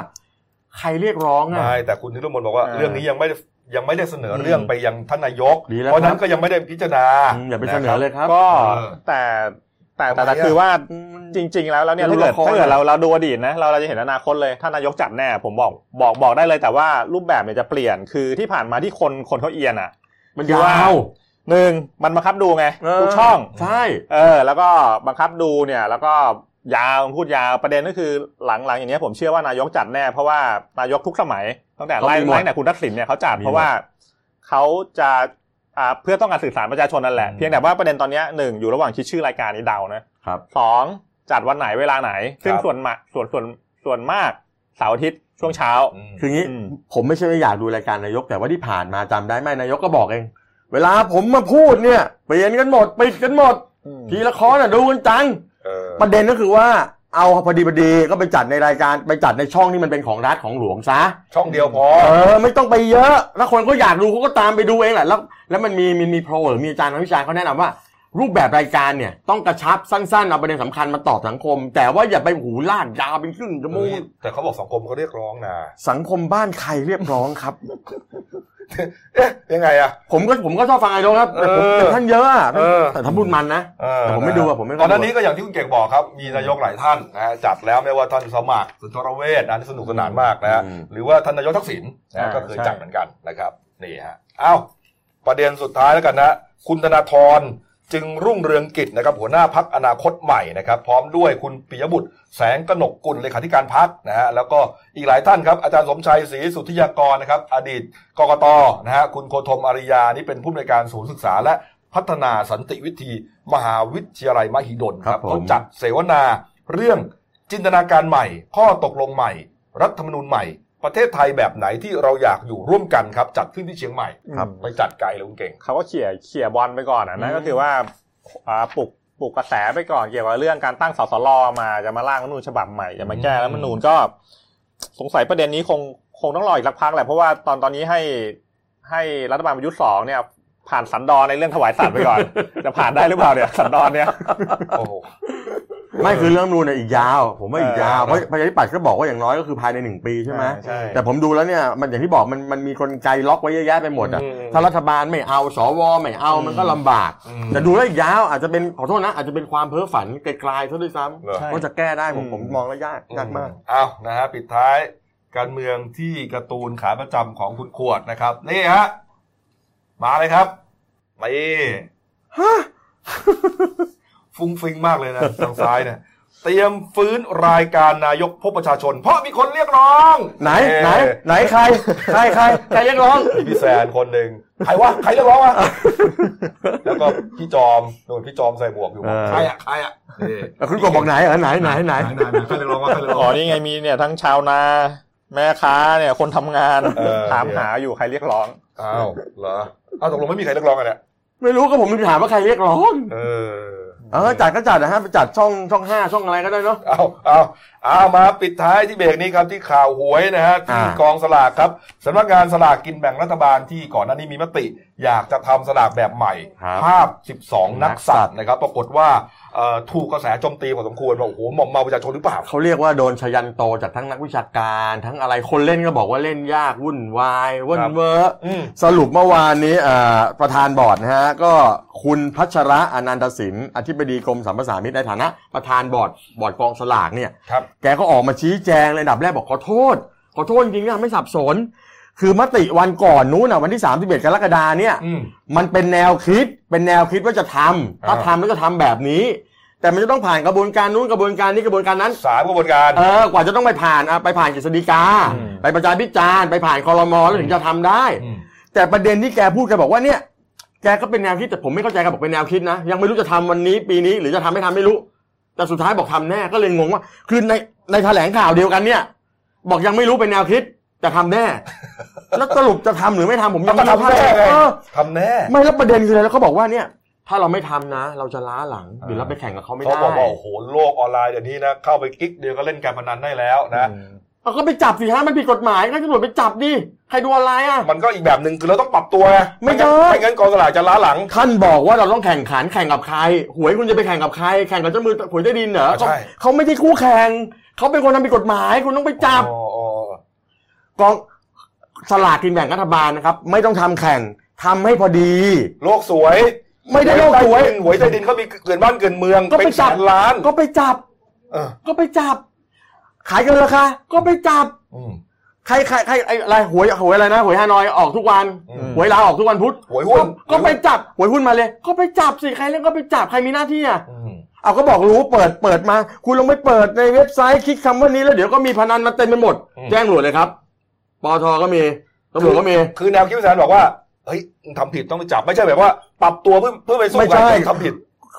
Speaker 2: ใครเรียกร้องอ่ะ
Speaker 1: ไม่แต่คุณนิรุมนบอกว่า
Speaker 3: อ่า
Speaker 1: เรื่องนี้ยังไม่ได้ยังไม่ได้เสนอ
Speaker 3: อืม
Speaker 1: เรื่องไปยังท่านนายก
Speaker 2: ดีแล้ว
Speaker 1: เพราะฉะนั้น
Speaker 2: ครับ
Speaker 1: ก็ยังไม่ได้พิจารณา
Speaker 2: อืมอย่าไปเสนอเลยครับ
Speaker 3: ก็
Speaker 1: เออ
Speaker 3: แต่แต่แต่
Speaker 1: ทำไม
Speaker 3: แต่
Speaker 1: อะ
Speaker 3: คือว่า
Speaker 2: อืม
Speaker 3: จริง ๆ แล้วแล้วเนี่ย
Speaker 2: ดูละคร
Speaker 3: ถ้าเกิดถ้าเกิดเราเราดูอดีตนะเราเราจะเห็นอนาคตเลยท่านนายกจัดแน่ผมบอกบอกบอกได้เลยแต่ว่ารูปแบบเนี่ยจะเปลี่ยนคือที่ผ่านมาที่คนคนเขาเอียนอ่ะ
Speaker 2: มั
Speaker 3: คือ
Speaker 2: นา
Speaker 3: ยว่า
Speaker 2: ว
Speaker 3: หนึ่งมันบังคับดูไง
Speaker 2: เออ
Speaker 3: ทุกช่อง
Speaker 2: ใช่
Speaker 3: เออแล้วก็บังคับดูเนี่ยแล้วก็ยาวพูดยาวประเด็นก็คือหลังๆอย่างเนี้ยผมเชื่อว่านายกจัดแน่ เพราะว่านายกทุกสมัยตั้งแต่ไล่ไล่แต่คุณทักษิณเนี่ยเขาจัดเพราะว่าเขาจะอ่าเพื่อต้องการสื่อสารประชาชนนั่นแหละ
Speaker 1: อืม
Speaker 3: เพียงแต่ว่าประเด็นตอนเนี้ยหนึ่งอยู่ระหว่างคิดชื่อรายการนี้เดานะครับ สองจัดวันไหนเวลาไหน ซึ่งส่วนมากส่วนส่วนส่วนมากเสาร์อาทิตย์ช่วงเช้า
Speaker 1: ม
Speaker 2: คืองี้
Speaker 3: อืม
Speaker 2: ผมไม่ใช่ไม่อยากดูรายการนายก แต่ว่าที่ผ่านมาจำได้ไหมนายกก็บอกเอง เวลาผมมาพูดเนี่ยเปลี่ยนกันหมดปิดกันหมด ทีละครน่ะดูกันจัง
Speaker 1: เออ
Speaker 2: ประเด็นก็คือว่าเอาพอดีพอดีก็ไปจัดในรายการไปจัดในช่องที่มันเป็นของรัฐของหลวงซะ
Speaker 1: ช่องเดียวพอ
Speaker 2: เออไม่ต้องไปเยอะ แล้วคนก็อยากดูเขาก็ตามไปดูเองแหละแล้วแล้วมันมีมันมีโปรหรือมีอาจารย์นักวิชาเขาแนะนำว่า รูปแบบรายการเนี่ยต้องกระชับสั้นๆเอาประเด็นสำคัญมาตอบสังคม แต่ว่าอย่าไปหูลาดยาวเป็นครึ่งชั่วโมง
Speaker 1: แต่เขาบอกสังคมเขาเรียกร้องนะ
Speaker 2: สังคมบ้านใครเรียกร้องครับ
Speaker 1: เอ๊ะยังไงอะ
Speaker 2: ผมก็ผมก็ชอบฟังไอดอลครับแต่ผม
Speaker 1: เออ
Speaker 2: แต่ท่านเยอะอะ
Speaker 1: เออ
Speaker 2: แต่ท่านพูดมันนะ
Speaker 1: เออ
Speaker 2: แต่ผมไม่
Speaker 1: นะ
Speaker 2: ดูอะผมไม่ค่อย
Speaker 1: ก่อนหน้า
Speaker 2: ดูอะ
Speaker 1: นี้ก็อย่างที่คุณเก่งบอกครับ มีนายกหลายท่านนะฮะจัดแล้วไม่ว่าท่านสมัครสุนทรเวชนะที่สนุกสนานมากนะฮะ
Speaker 2: อืม
Speaker 1: หรือว่าท่านนายกทักษิณนะฮะ
Speaker 3: อ่า
Speaker 1: ก็เคย
Speaker 3: ใช่
Speaker 1: จัดเหมือนกันนะครับนี่ฮะเอ้าประเด็นสุดท้ายแล้วกันนะคุณธนาธรจึงรุ่งเรืองกิจนะครับหัวหน้าพักอนาคตใหม่นะครับพร้อมด้วยคุณปิยบุตร แสงกนกกุลเลขาธิการพักนะฮะแล้วก็อีกหลายท่านครับอาจารย์สมชัยศรีสุทธิยากรนะครับอดีตกกตนะฮะคุณโคธมอาริยานี่เป็นผู้อำนวยการศูนย์ศึกษาและ พัฒนาสันติวิธี มหาวิทยาลัยมหิดลค
Speaker 2: ครั
Speaker 1: รับบ
Speaker 2: ผม
Speaker 1: เขาจัดเสวนาเรื่องจินตนาการใหม่ ข้อตกลงใหม่ รัฐธรรมนูญใหม่ ประเทศไทยแบบไหนที่เราอยากอยู่ร่วมกันครับ จัดขึ้นที่เชียงใหม่
Speaker 3: ครับ
Speaker 1: ไปจัดไกลเลยคุณเก่ง
Speaker 3: เขาก็เขี่ยเขี่ยบอลไปก่อนอะนั่นก็คือว่าอ่าปลุกปลุกกระแสไปก่อนเกี่ยวกับเรื่องการตั้งสสลมาจะมาร่างรัฐธรรมนูญฉบับใหม่จะมาแก้
Speaker 1: อืม
Speaker 3: รัฐธรรมนูญก็ สงสัยประเด็นนี้คงคงต้องรออีกสักพักแหละเพราะว่าตอนตอนนี้ให้ให้รัฐบาลประยุทธ์สองเนี่ย ผ่านสันดอนในเรื่องถวายสัตว์ไปก่อน จะผ่านได้หรือเปล่าเนี่ยสันดอนเนี่ย
Speaker 1: โอ้โห
Speaker 2: ไม่คือเรื่องนูนน่ะอีกยาว ผมว่าอีกยาว
Speaker 1: เออ
Speaker 2: เพราะประชาธิปัตย์ก็บอกว่าอย่างน้อยก็คือภายในหนึ่งปีใช่ไหม
Speaker 3: ใช่
Speaker 2: แต่ผมดูแล้วเนี่ยมันอย่างที่บอกมันมันมีกลไกล็อกไว้เยอะแยะไปหมดอ่ะ
Speaker 1: อืม
Speaker 2: ถ้ารัฐบาลไม่เอาสวไม่เอามันก็ลำบาก
Speaker 1: อืม
Speaker 2: แต่ดูแล้วอีกยาวอาจจะเป็นขอโทษนะ อาจจะเป็นความเพ้อฝันไกลๆเท่าด้วยซ้
Speaker 1: เหรอ
Speaker 2: ำว่าจะแก้ได้ผม
Speaker 3: อืม
Speaker 2: ผมมองแล้วยากยากมาก
Speaker 1: เอ้าวนะฮะปิดท้ายการเมืองที่การ์ตูนขาประจำของคุณขวดนะครับ นี่ฮะมาเลยครับนี่ฟุ้งฟิงมากเลยนะ ทางซ้ายเนี่ยเตรียมฟื้นรายการนายกพบประชาชน เพราะมีคนเรียกร้อง
Speaker 2: ไหน
Speaker 1: เอ่อ
Speaker 2: ไหนไหนใครใครใครใครเรียกร้อง
Speaker 1: มีพี่แซนคนหนึ่งใครวะใครเรียกร้องวะ แล้วก็พี่จอมโดนพี่จอมใส่หมวกอยู่บอก
Speaker 2: เออ
Speaker 1: ใครอะใครอะนี่
Speaker 2: แล้วคุณกบบอกไหนเหรอไหนไหนไหน
Speaker 1: ไหนไหนไหนใครเรียกร้องวะใครเรียก
Speaker 3: อ๋
Speaker 1: ร้
Speaker 3: อ
Speaker 1: อง
Speaker 3: นี่ไงมีเนี่ยทั้งชาวนา แม่ค้าเนี่ยคนทำงาน
Speaker 1: เออ
Speaker 3: ถามหาอยู่ใครเรียกร้อง
Speaker 1: อ้าวเหรออ้าวตกลงไม่มีใครเรียกร้องกันเนี่ย
Speaker 2: ไม่รู้ก็ผมมีถามว่าใครเรียกร้อง
Speaker 1: เออ
Speaker 2: เออจัดก็จัดนะฮะไปจัดช่องช่องห้าช่องอะไรก็ได้เนาะ
Speaker 1: เอาเอา เอามาปิดท้ายที่เบรกนี้ครับที่ข่าวหวยนะฮะที่
Speaker 2: อ่าก
Speaker 1: องสลากครับสำนักงานสลากกินแบ่งรัฐบาลที่ก่อนหน้านี้มีมติ อยากจะทำสลากแบบใหม่
Speaker 2: ครับ
Speaker 1: ภาพ 12 นักสัตว์นะครับ ปรากฏว่าเอ่อถูกกระแสโจมตีพอสมควรว่าโอ้โหหมอมเมาประชาชนหรือเปล่า
Speaker 2: เขาเรียกว่าโดนชยันโตจากทั้งนักวิชาการทั้งอะไรคนเล่นก็บอกว่าเล่นยากวุ่นวายเว่นเวอร์
Speaker 1: อืม
Speaker 2: สรุปเมื่อวานนี้เอ่อประธานบอร์ดนะฮะก็คุณพัชระอนันตศินอธิบดีกรมสรรพสามิตในฐานะ ประธานบอร์ดบอร์ดกองสลากเนี่ย
Speaker 1: ครับ
Speaker 2: แกก็ออกมาชี้แจงเลยอันดับแรกบอกขอโทษ ขอโทษจริงๆนะไม่สับสน คือมติวันก่อนนู้นนะวันที่ 31กรกฎาเนี่ย
Speaker 1: อืม
Speaker 2: มันเป็นแนวคิดเป็นแนวคิดว่าจะทำถ้า
Speaker 1: อ่า
Speaker 2: ทำแล้วจะทำแบบนี้ แต่มันจะต้องผ่านกระบวนการนู้นกระบวนการนี้กระบวนการนั้น
Speaker 1: สามกระบวนการ
Speaker 2: เออกว่าจะต้องไปผ่านอ่ะไปผ่านกฤษฎีกา
Speaker 1: อืม
Speaker 2: ไปประชาพิจารณ์ไปผ่านคอรมอแล้วถึงจะทำได้
Speaker 1: ม
Speaker 2: แต่ประเด็นที่แกพูดแกบอกว่าเนี่ย แกก็เป็นแนวคิดแต่ผมไม่เข้าใจแกบอกเป็นแนวคิดนะ ยังไม่รู้จะทำวันนี้ปีนี้หรือจะทำไม่ทำไม่รู้ แต่สุดท้ายบอกทำแน่ก็เลยงงว่า คือในในแถลงข่าวเดียวกันเนี่ย บอกยังไม่รู้เป็นแนวคิดแต่ทำแน่ แล้วสรุปจะทำหรือไม่ทำผมยัง
Speaker 1: ก็
Speaker 2: ไม่
Speaker 1: ทำ
Speaker 2: รู้
Speaker 1: แน่ไง
Speaker 2: เออ
Speaker 1: ทำแน่
Speaker 2: ไม่แล้วประเด็นคืออะไรแล้วเขาบอกว่าเนี่ย ถ้าเราไม่ทำนะ เราจะล้าหลังหรือ
Speaker 1: เออ
Speaker 2: เราไปแข่งกับเขาไม่ได้
Speaker 1: เขาบอกว่าโอ้โหโลกออนไลน์เดี๋ยวนี้นะ เข้าไปคลิกเดียวก็เล่นการพนันได้แล้วนะ
Speaker 3: อืม
Speaker 2: เอาก็ไปจับสิฮะมันผิดกฎหมายก็ให้ตำรวจไปจับดิใครดูออนไลน์อ่ะ
Speaker 1: มันก็อีกแบบหนึ่งคือเราต้องปรับตัวไง
Speaker 2: ไม่ได้
Speaker 1: ไม่งั้นกองสลากจะล้าหลัง
Speaker 2: ท่านบอกว่าเราต้องแข่งขันแข่งกับใคร หวยคุณจะไปแข่งกับใคร แข่งกับเจ้ามือหวยใต้ดินเหรอ
Speaker 1: อ่ะใช่
Speaker 2: เขาเขาไม่ใช่คู่แข่งเขาเป็นคนทำผิดกฎหมาย คุณต้องไปจับ
Speaker 1: อ๋ออ๋ออ๋อก
Speaker 2: องสลากกินแบ่งรัฐบาลนะครับ ไม่ต้องทำแข่งทำให้พอดี
Speaker 1: โลกสวย
Speaker 2: ไม่ได้โลกสวย
Speaker 1: หวยใต้ดินเขามีเกินบ้านเกินเมือง
Speaker 2: ก็ไป
Speaker 1: เป็นแส
Speaker 2: จับ
Speaker 1: นล้าน
Speaker 2: ก็ไปจับ
Speaker 1: เออ
Speaker 2: ก็ไปจับ ขายกันราคาก็ไปจับ
Speaker 1: อืม
Speaker 2: ใครใครใครไอ้อะไรหวยหวยอะไรนะหวยฮานอยออกทุกวัน
Speaker 1: อืม
Speaker 2: หวยลาวออกทุกวันพุธ
Speaker 1: หวยหุ้น
Speaker 2: ก็ก็ไปจับหวยหุ้นมาเลย ก็ไปจับสิใครเล่นก็ไปจับใครมีหน้าที่อะ
Speaker 1: อืม
Speaker 2: เอาก็บอกรู้เปิดเปิดมา คุณลองไม่เปิดในเว็บไซต์คลิกคำว่านี้แล้วเดี๋ยวก็มีพนันมาเต็มไปหมด แจ้งตำรวจเลยครับปอทก็มีตำรวจก็มี
Speaker 1: คือแนวคิดพิสารบอกว่าเฮ้ยมึงทำผิดต้องไปจับไม่ใช่แบบว่า ปรับตัวเพื่อเพื่อไปสู้
Speaker 2: ไม่
Speaker 1: กั
Speaker 2: ใช่
Speaker 1: นทำผิด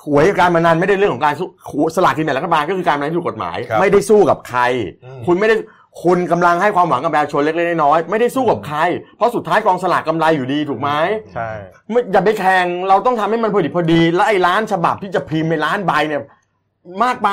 Speaker 2: หวยการพนันไม่ได้เรื่องของการสู้หวยสลากกินแบ่งรัฐบาลก็คือการพนันที่ถูกกฎหมาย
Speaker 1: ครับ
Speaker 2: ไม่ได้สู้กับใคร
Speaker 1: อืม
Speaker 2: คุณไม่ได้คุณกำลังให้ความหวังกับประชาชนเล็กๆน้อยๆไม่ได้สู้กับใคร เพราะสุดท้ายกองสลากกำไรอยู่ดีถูกไหม
Speaker 3: ใช่
Speaker 2: ไม่อย่าไปแข่งเราต้องทำให้มันพอดีพอดีและไอ้ร้านฉบับที่จะพิมพ์ในร้านใบเนี่ยมากไป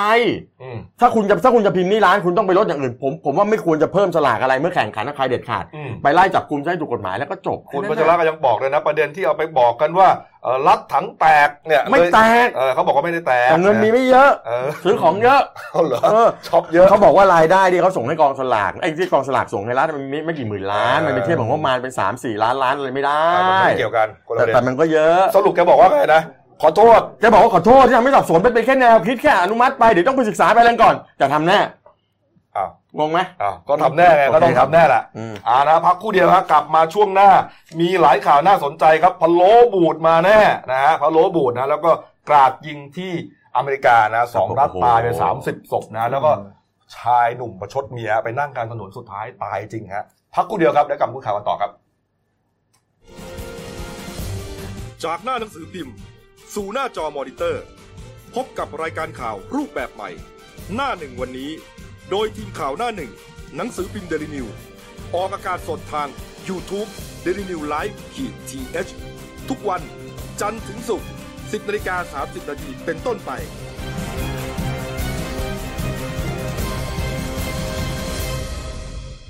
Speaker 1: อืม
Speaker 2: ถ้าคุณจะถ้าคุณจะพิมพ์นี่ร้านคุณต้องไปลดอย่างอื่นผมผมว่าไม่ควรจะเพิ่มสลากอะไรเมื่อแข่งขันกับใครเด็ดขาด
Speaker 1: อืม
Speaker 2: ไปไล่จับกลุ่มใช้ถูกกฎหมายแล้วก็จบ
Speaker 1: คุณพัชระก็ยังบอกเลยนะ ประเด็นที่เอาไปบอกกันว่าเอ่อรัดถังแตกเนี่ย
Speaker 2: ไม่แตก
Speaker 1: เออเขาบอกว่าไม่ได้แตก
Speaker 2: แต่เงินมีไม่เยอะ
Speaker 1: เออ
Speaker 2: ซื้อของเยอะ
Speaker 1: เขาเหรอ
Speaker 2: เออ
Speaker 1: ช็อปเยอะ
Speaker 2: เขาบอกว่ารายได้ที่เขาส่งให้กองสลากไอ้ที่กองสลากส่งให้รัฐมันไม่ไม่กี่หมื่นล้าน
Speaker 1: เออ
Speaker 2: มันเป็นเทียบของงบประมาณเป็น3 4ล้านล้านอะไรไม่ได้
Speaker 1: อ่ามันไม่เกี่ยวกันคนละประ
Speaker 2: แต่
Speaker 1: เด็
Speaker 2: แต่
Speaker 1: น
Speaker 2: มันก็เยอะ
Speaker 1: สรุปแกบอกว่าไงนะขอโทษ
Speaker 2: แกบอกว่าขอโทษที่ทำไม่สับสนเป็นแค่แนวคิดแค่อนุมัติไปเดี๋ยวต้องไปศึกษาไปแล้วก่อนแต่ทำแน่
Speaker 1: อ้าว
Speaker 2: งงไหม
Speaker 1: อ้าวก็ทำแน่ไงก็ต้องทำแน่แหละ
Speaker 2: อืม
Speaker 1: อ่านะพักครู่เดียวครับกลับมาช่วงหน้า มีหลายข่าวน่าสนใจครับพะโล้บูดมาแน่นะฮะพะโล้บูดนะแล้วก็กราดยิงที่อเมริกานะสองรัฐตายไปสามสิบศพนะ แล้วก็ชายหนุ่มประชดเมียไปนั่งกลารถนนสุดท้ายตายจริงฮะพักครู่เดียวครับแล้วกลับมาพูดข่าวกันต่อครับ
Speaker 4: จากหน้าหนังสือพิมพ์ สู่หน้าจอมอนิเตอร์ พบกับรายการข่าวรูปแบบใหม่ หน้าหนึ่งวันนี้ โดยทีมข่าวหน้าหนึ่ง หนังสือพิมพ์เดลิวิวออกอากาศสดทาง YouTube d e l i n e w l i v e ขีดทีทุกวันจันทร์ถึงศุกร์10นาฬิกา30นาทีเป็นต้นไป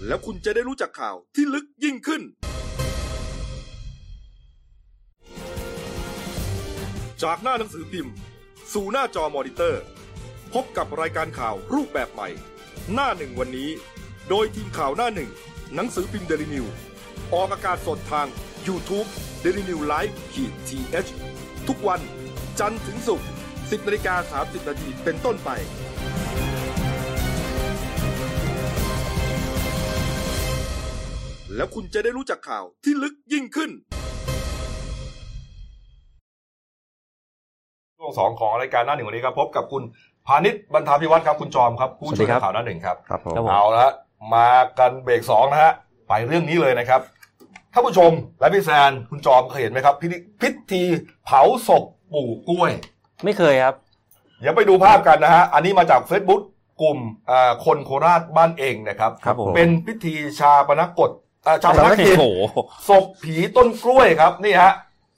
Speaker 4: แล้วคุณจะได้รู้จักข่าวที่ลึกยิ่งขึ้น จากหน้าหนังสือพิมพ์ สู่หน้าจอมอนิเตอร์ พบกับรายการข่าวรูปแบบใหม่ หน้าหนึ่งวันนี้ โดยทีมข่าวหน้าหนึ่ง หนังสือพิมพ์เดลิวิวออกอากาศสดทาง YouTube d e l i n e w l i v e ขีดทีทุกวันจันทร์ถึงศุกร์10นาฬิกา30นาทีเป็นต้นไป แล้วคุณจะได้รู้จักข่าวที่ลึกยิ่งขึ้น
Speaker 1: ช่วงสองของรายการหน้าหนึ่งวันนี้ครับพบกับคุณพาณิชย์บรรทาพิวัตรครับคุณจอมครับผู้ช่วยข่าวหน้าหนึ่งครับ
Speaker 2: ครับผม
Speaker 5: ครับผม
Speaker 1: เอาละมากันเบรกสองนะฮะไปเรื่องนี้เลยนะครับท่านผู้ชมและพี่แซนคุณจอมเคยเห็นไหมครับ พิธีพิธีเผาศพปู่กล้วย
Speaker 5: ไม่เคยครับ
Speaker 1: เดี๋ยวไปดูภาพกันนะฮะ อันนี้มาจาก Facebook กลุ่มเอ่อคนโคราชบ้านเองนะครับ
Speaker 5: ครับผม
Speaker 1: เป็นพิธีชาปนกฏเอ่อชาปน
Speaker 5: โอ้
Speaker 1: กิจ
Speaker 5: โห
Speaker 1: ศพผีต้นกล้วยครับนี่ฮะ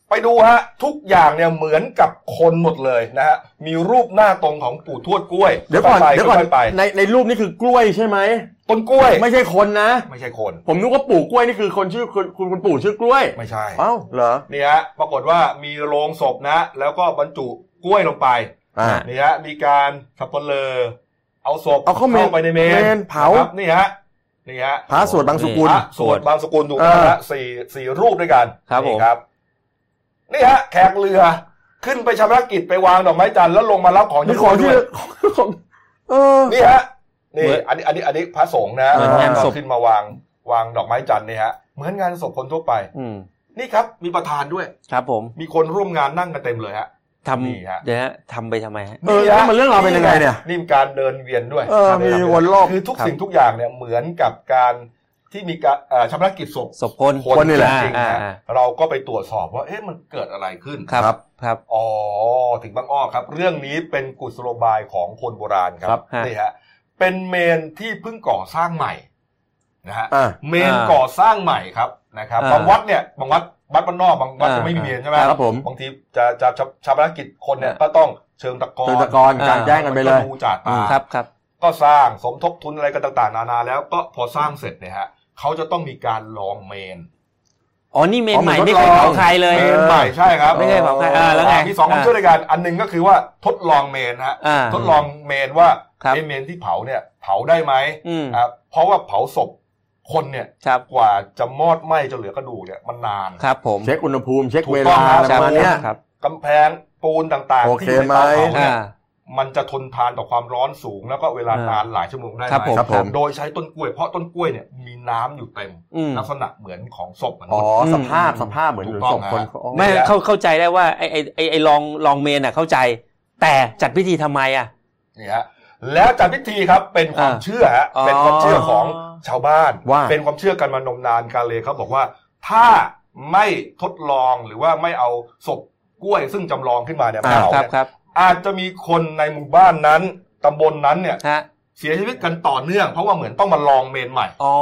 Speaker 1: ไปดูฮะทุกอย่างเนี่ยเหมือนกับคนหมดเลยนะฮะมีรูปหน้าตรงของปู่ทวดกล้วย
Speaker 2: เดี๋ยวก่อน
Speaker 1: ไป
Speaker 2: เดี๋ยวก่อน
Speaker 1: ค่ๆไป
Speaker 2: ในในรูปนี่คือกล้วยใช่ไหม
Speaker 1: ต้นกล้วย
Speaker 2: ไม่ใช่คนนะ
Speaker 1: ไม่ใช่คน
Speaker 2: ผมนึกว่าปู่กล้วยนี่คือคนชื่อคุณคุณคุณปู่ชื่อกล้วย
Speaker 1: ไม่ใช่
Speaker 2: เอ้าเหรอ
Speaker 1: นี่ฮะปรากฏว่ามีโรงศพนะ แล้วก็บรรจุกล้วยลงไป
Speaker 2: อ่า
Speaker 1: นี่ฮะมีการสับปะเลอเอาศพ
Speaker 2: เอาเข้าเมน
Speaker 1: ไปในเม
Speaker 2: เม
Speaker 1: น
Speaker 2: นเผา
Speaker 1: ครับนี่ฮะนี่ฮะ
Speaker 2: พระสวดบางสุกุล
Speaker 1: พระสวดบางสกุลถูกต้องนะฮะสี่สี่รูปด้วยกัน
Speaker 3: ครับผม
Speaker 1: นี่ครับ นี่ฮะ แขกเรือ ขึ้นไปชำระกิจไปวางดอกไม้จันทร์แล้วลงมารับของ
Speaker 2: มี
Speaker 1: จาก
Speaker 2: ของที่
Speaker 1: ด้วย
Speaker 2: ของเออ
Speaker 1: นี่ฮะนี่
Speaker 3: เหมือน
Speaker 1: อันนี้อันนี้อันนี้พระสงฆ์นะ
Speaker 2: เหมือนงานศพ
Speaker 1: ขึ้นมาวางวางดอกไม้จันทร์นี่ฮะเหมือนงานศพคนทั่วไป
Speaker 3: อืม
Speaker 1: นี่ครับ มีประธานด้วย
Speaker 5: ครับผม
Speaker 1: มีคนร่วมงานนั่งกันเต็มเลยฮะ
Speaker 5: ท
Speaker 1: นี่ฮะ
Speaker 5: ำเดี๋ยวฮะทำไปทำไมฮะ
Speaker 2: เออแล้วมันเรื่องราวเป็นยังไงเนี่ย
Speaker 1: นี่มีการเดินเวียนด้วย
Speaker 2: เออมีวนรอบ
Speaker 1: คือทุก
Speaker 5: ครับ
Speaker 1: สิ่งทุกอย่างเนี่ยเหมือนกับการที่มีการเอ่อชำระกิจศพ
Speaker 5: ศพคน
Speaker 1: คนนี่แหละจริง
Speaker 5: อ่า
Speaker 1: ๆนะ
Speaker 5: อ่า
Speaker 1: เราก็ไปตรวจสอบว่า เอ๊ะมันเกิดอะไรขึ้น
Speaker 5: ครับครับ
Speaker 1: อ๋อถึงบางอ้อครับ เรื่องนี้เป็นกุศโลบายของคนโบราณค
Speaker 5: ครั
Speaker 1: รับบ
Speaker 5: ฮะ
Speaker 1: นี่ฮะเป็นเมนที่เพิ่งก่อสร้างใหม่นะฮะ
Speaker 2: อ่ะ
Speaker 1: เมน
Speaker 5: อ่า
Speaker 1: ก่อสร้างใหม่ครับนะครับ
Speaker 5: อ่า
Speaker 1: บางวัดเนี่ยบางวัดวัดบ้านนอกบางวัด
Speaker 5: อ่า
Speaker 1: จะไม่มีเมนใช่ไหม
Speaker 2: อ่าครับผม
Speaker 1: บางทีจะจะจะชาปนกิจคนเนี่ย
Speaker 5: อ่า
Speaker 1: ก็ต้องเชิงตะกอน
Speaker 2: เชิญตะกอนกลารแจ้งกันไปเลย
Speaker 1: ดูจ่าตา
Speaker 5: ครับครับ
Speaker 1: ก็สร้างสมทบทุนอะไรกันต่าง ๆ นานาแล้วก็พอสร้างเสร็จเนี่ยฮะเขาจะต้องมีการลองเมน
Speaker 5: อ๋อ นี่เมน
Speaker 2: อ๋อ
Speaker 5: ใหม่
Speaker 2: เหมือน
Speaker 5: ไม่เคย
Speaker 2: ทด
Speaker 5: เผา
Speaker 2: ลอง
Speaker 5: ใครเลย
Speaker 1: เมนใหม่ใช่ครับ
Speaker 5: ไม่เคยเผาใครอ่าแล้วไง
Speaker 1: มีสองความ
Speaker 5: อ่า
Speaker 1: เชื่อด้วยกันอันหนึงก็คือว่าทดลองเมนฮะ
Speaker 5: อ่า
Speaker 1: ทดลองเมนว่า
Speaker 5: ครับ
Speaker 1: ไอ้เมนที่เผาเนี่ยเผาได้ไหม
Speaker 5: อืม
Speaker 1: อ่าเพราะว่าเผาศพคนเนี่ย
Speaker 5: ครับ
Speaker 1: กว่าจะมอดไหม้จนเหลือกระดูกเนี่ยมันนาน
Speaker 5: ครับผม
Speaker 2: เช็คอุณหภูมิเช็ค
Speaker 1: ถูก
Speaker 2: เว
Speaker 1: ต้อง
Speaker 2: ลา
Speaker 1: ครับ
Speaker 2: ประมาณเนี้ย
Speaker 5: ครับ
Speaker 1: กำแพงปูนต่าง
Speaker 2: โอ
Speaker 1: ๆ
Speaker 2: เค
Speaker 1: ที่อยู่ในเตาเผา
Speaker 2: ไหม
Speaker 1: เนี่ย
Speaker 5: อ่า
Speaker 1: มันจะทนทานต่อความร้อนสูงแล้วก็เวลานานหลายชั่วโมงได้ไห
Speaker 5: ครับผม
Speaker 2: ครับผม
Speaker 1: โดยใช้ต้นกล้วย เพราะต้นกล้วยเนี่ยมีน้ำอยู่เต็ม
Speaker 5: อืม
Speaker 1: ลักษณะเหมือนของศพมนุ
Speaker 2: อ๋อ
Speaker 1: ษย์
Speaker 2: สภาพ
Speaker 5: อืม
Speaker 2: สภาพเหมือน
Speaker 1: ถูกต้อง
Speaker 2: ศพคน
Speaker 1: ฮะ
Speaker 2: อ๋อ
Speaker 5: ไม่เข้าเข้าใจได้ว่าไอไอไอ้ไอลองลองเมนอ่ะเข้าใจ แต่จัดพิธีทำไมอ่ะ
Speaker 1: นี่ฮะแล้วจัดพิธีครับเป็นความ
Speaker 5: อ่า
Speaker 1: เชื่อฮะ
Speaker 5: อ๋อ
Speaker 1: เป็นความเชื่อของชาวบ้าน
Speaker 2: ว่า
Speaker 1: เป็นความเชื่อกันมานมนานกาเลยเขาบอกว่า ถ้าไม่ทดลองหรือว่าไม่เอาศพกล้วย ซึ่งจำลองขึ้นมาเนี่ย
Speaker 2: อ่า
Speaker 1: มาเอา
Speaker 5: ครับ
Speaker 1: เนี่ย
Speaker 5: ครับ
Speaker 1: อาจจะมีคนในหมู่บ้านนั้นตำบลนั้นเนี่ย
Speaker 5: ฮะ
Speaker 1: เสียชีวิตกันต่อเนื่อง เพราะว่าเหมือนต้องมาลองเมนใหม่
Speaker 5: อ๋อ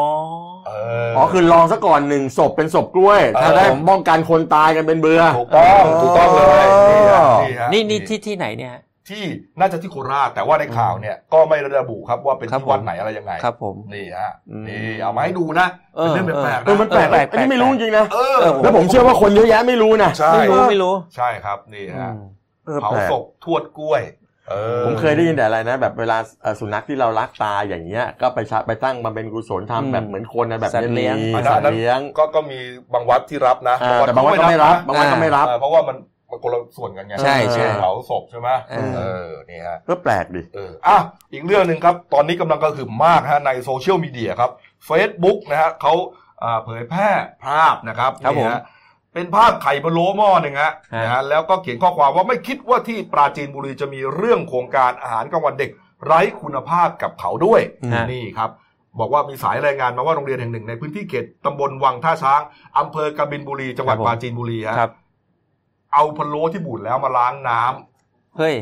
Speaker 1: เอ
Speaker 2: อ๋อคือลองซะก่อนหนึ่งศพเป็นศพกล้วย
Speaker 1: เออ
Speaker 2: ถ้าได้ป้องกันคนตายกันเป็นเบื่อ
Speaker 1: ถูกต้อง
Speaker 2: อ๋อ
Speaker 1: ถูกต้องเลยนี่ฮะฮะ
Speaker 5: นี่นี่ที่ที่ไหนเนี่ยฮะ
Speaker 1: ที่น่าจะที่โคราชแต่ว่าในข่าวเนี่ยก็ไม่ระบุครับว่าเป็น
Speaker 5: ครับ
Speaker 1: ที่วัด
Speaker 5: ผม
Speaker 1: ไหนอะไรยังไง
Speaker 5: ครับผม
Speaker 1: นี่ฮะ
Speaker 5: อืม
Speaker 1: นี่เอามาให้ดูนะ
Speaker 5: เอ
Speaker 1: เป็น
Speaker 5: อ
Speaker 1: เรื่องแปลกๆนะ
Speaker 2: เออมันแปลก
Speaker 5: เออแปลก
Speaker 2: อันนี้ไม่รู้จริงๆนะ
Speaker 1: เออ
Speaker 5: เออ
Speaker 2: แล้วผมเชื่อว่าคนเยอะแยะไม่รู้นะ
Speaker 1: ใช่
Speaker 5: ไม่รู้ไม่รู้
Speaker 1: ใช่ครับนี่ฮะ
Speaker 5: อืม
Speaker 2: เออ
Speaker 1: เผา
Speaker 2: แปลก
Speaker 1: ศพทวดกล้วย เออ
Speaker 2: ผมเคยได้ยินแต่อะไรนะ แบบเวลาเอ่อสุนัขที่เรารักตายอย่างเงี้ยก็ไปชะไปตั้งมันเป็นกุศลทำแบบ
Speaker 5: อืม
Speaker 2: เหมือนคนนะแบบ
Speaker 5: สัตว์เลี้ยง
Speaker 2: มี
Speaker 1: อัน
Speaker 2: สัต
Speaker 1: นั้น
Speaker 2: ว์เลี้ยง
Speaker 1: ก็ก็มีบางวัดที่รับนะ
Speaker 2: อ่าแต่บางวันก็ไม่รับ บางวันก็ไม่รับ
Speaker 1: เออเพราะว่ามันมันคนละส่วนกันไง
Speaker 5: ใช่ใช่
Speaker 1: เผาศพใช่ไหม
Speaker 5: เออ
Speaker 1: เออนี่ฮะ
Speaker 2: ก็แปลกดิ
Speaker 1: เอออ่ะอีกเรื่องหนึ่งครับ ตอนนี้กำลังกระหึ่มมากฮะในโซเชียลมีเดียครับ Facebook นะฮะเขาอ่าเผยแพร่ภาพนะครับ
Speaker 5: ครับ
Speaker 1: นี่ฮะ
Speaker 5: ผม
Speaker 1: เป็นภาพไข่พะโล้หม้อหนึ่งฮะนะฮะแล้วก็เขียนข้อความว่าไม่คิดว่าที่ปราจีนบุรีจะมีเรื่องโครงการอาหารกลางวันเด็ก ไร้คุณภาพกับเขาด้วย
Speaker 5: ฮะ
Speaker 1: นี่ครับ บอกว่ามีสายรายงานมาว่าโรงเรียนแห่งหนึ่งในพื้นที่เขตตำบลวังท่าช้างอำเภอกบินบุรีจังหวัด
Speaker 5: ครับ
Speaker 1: ป
Speaker 5: ผม
Speaker 1: ราจีนบุรีฮะ
Speaker 5: ครับ
Speaker 1: เอาพะโล้ที่บูดแล้วมาล้างน้ำ
Speaker 5: เฮ้ย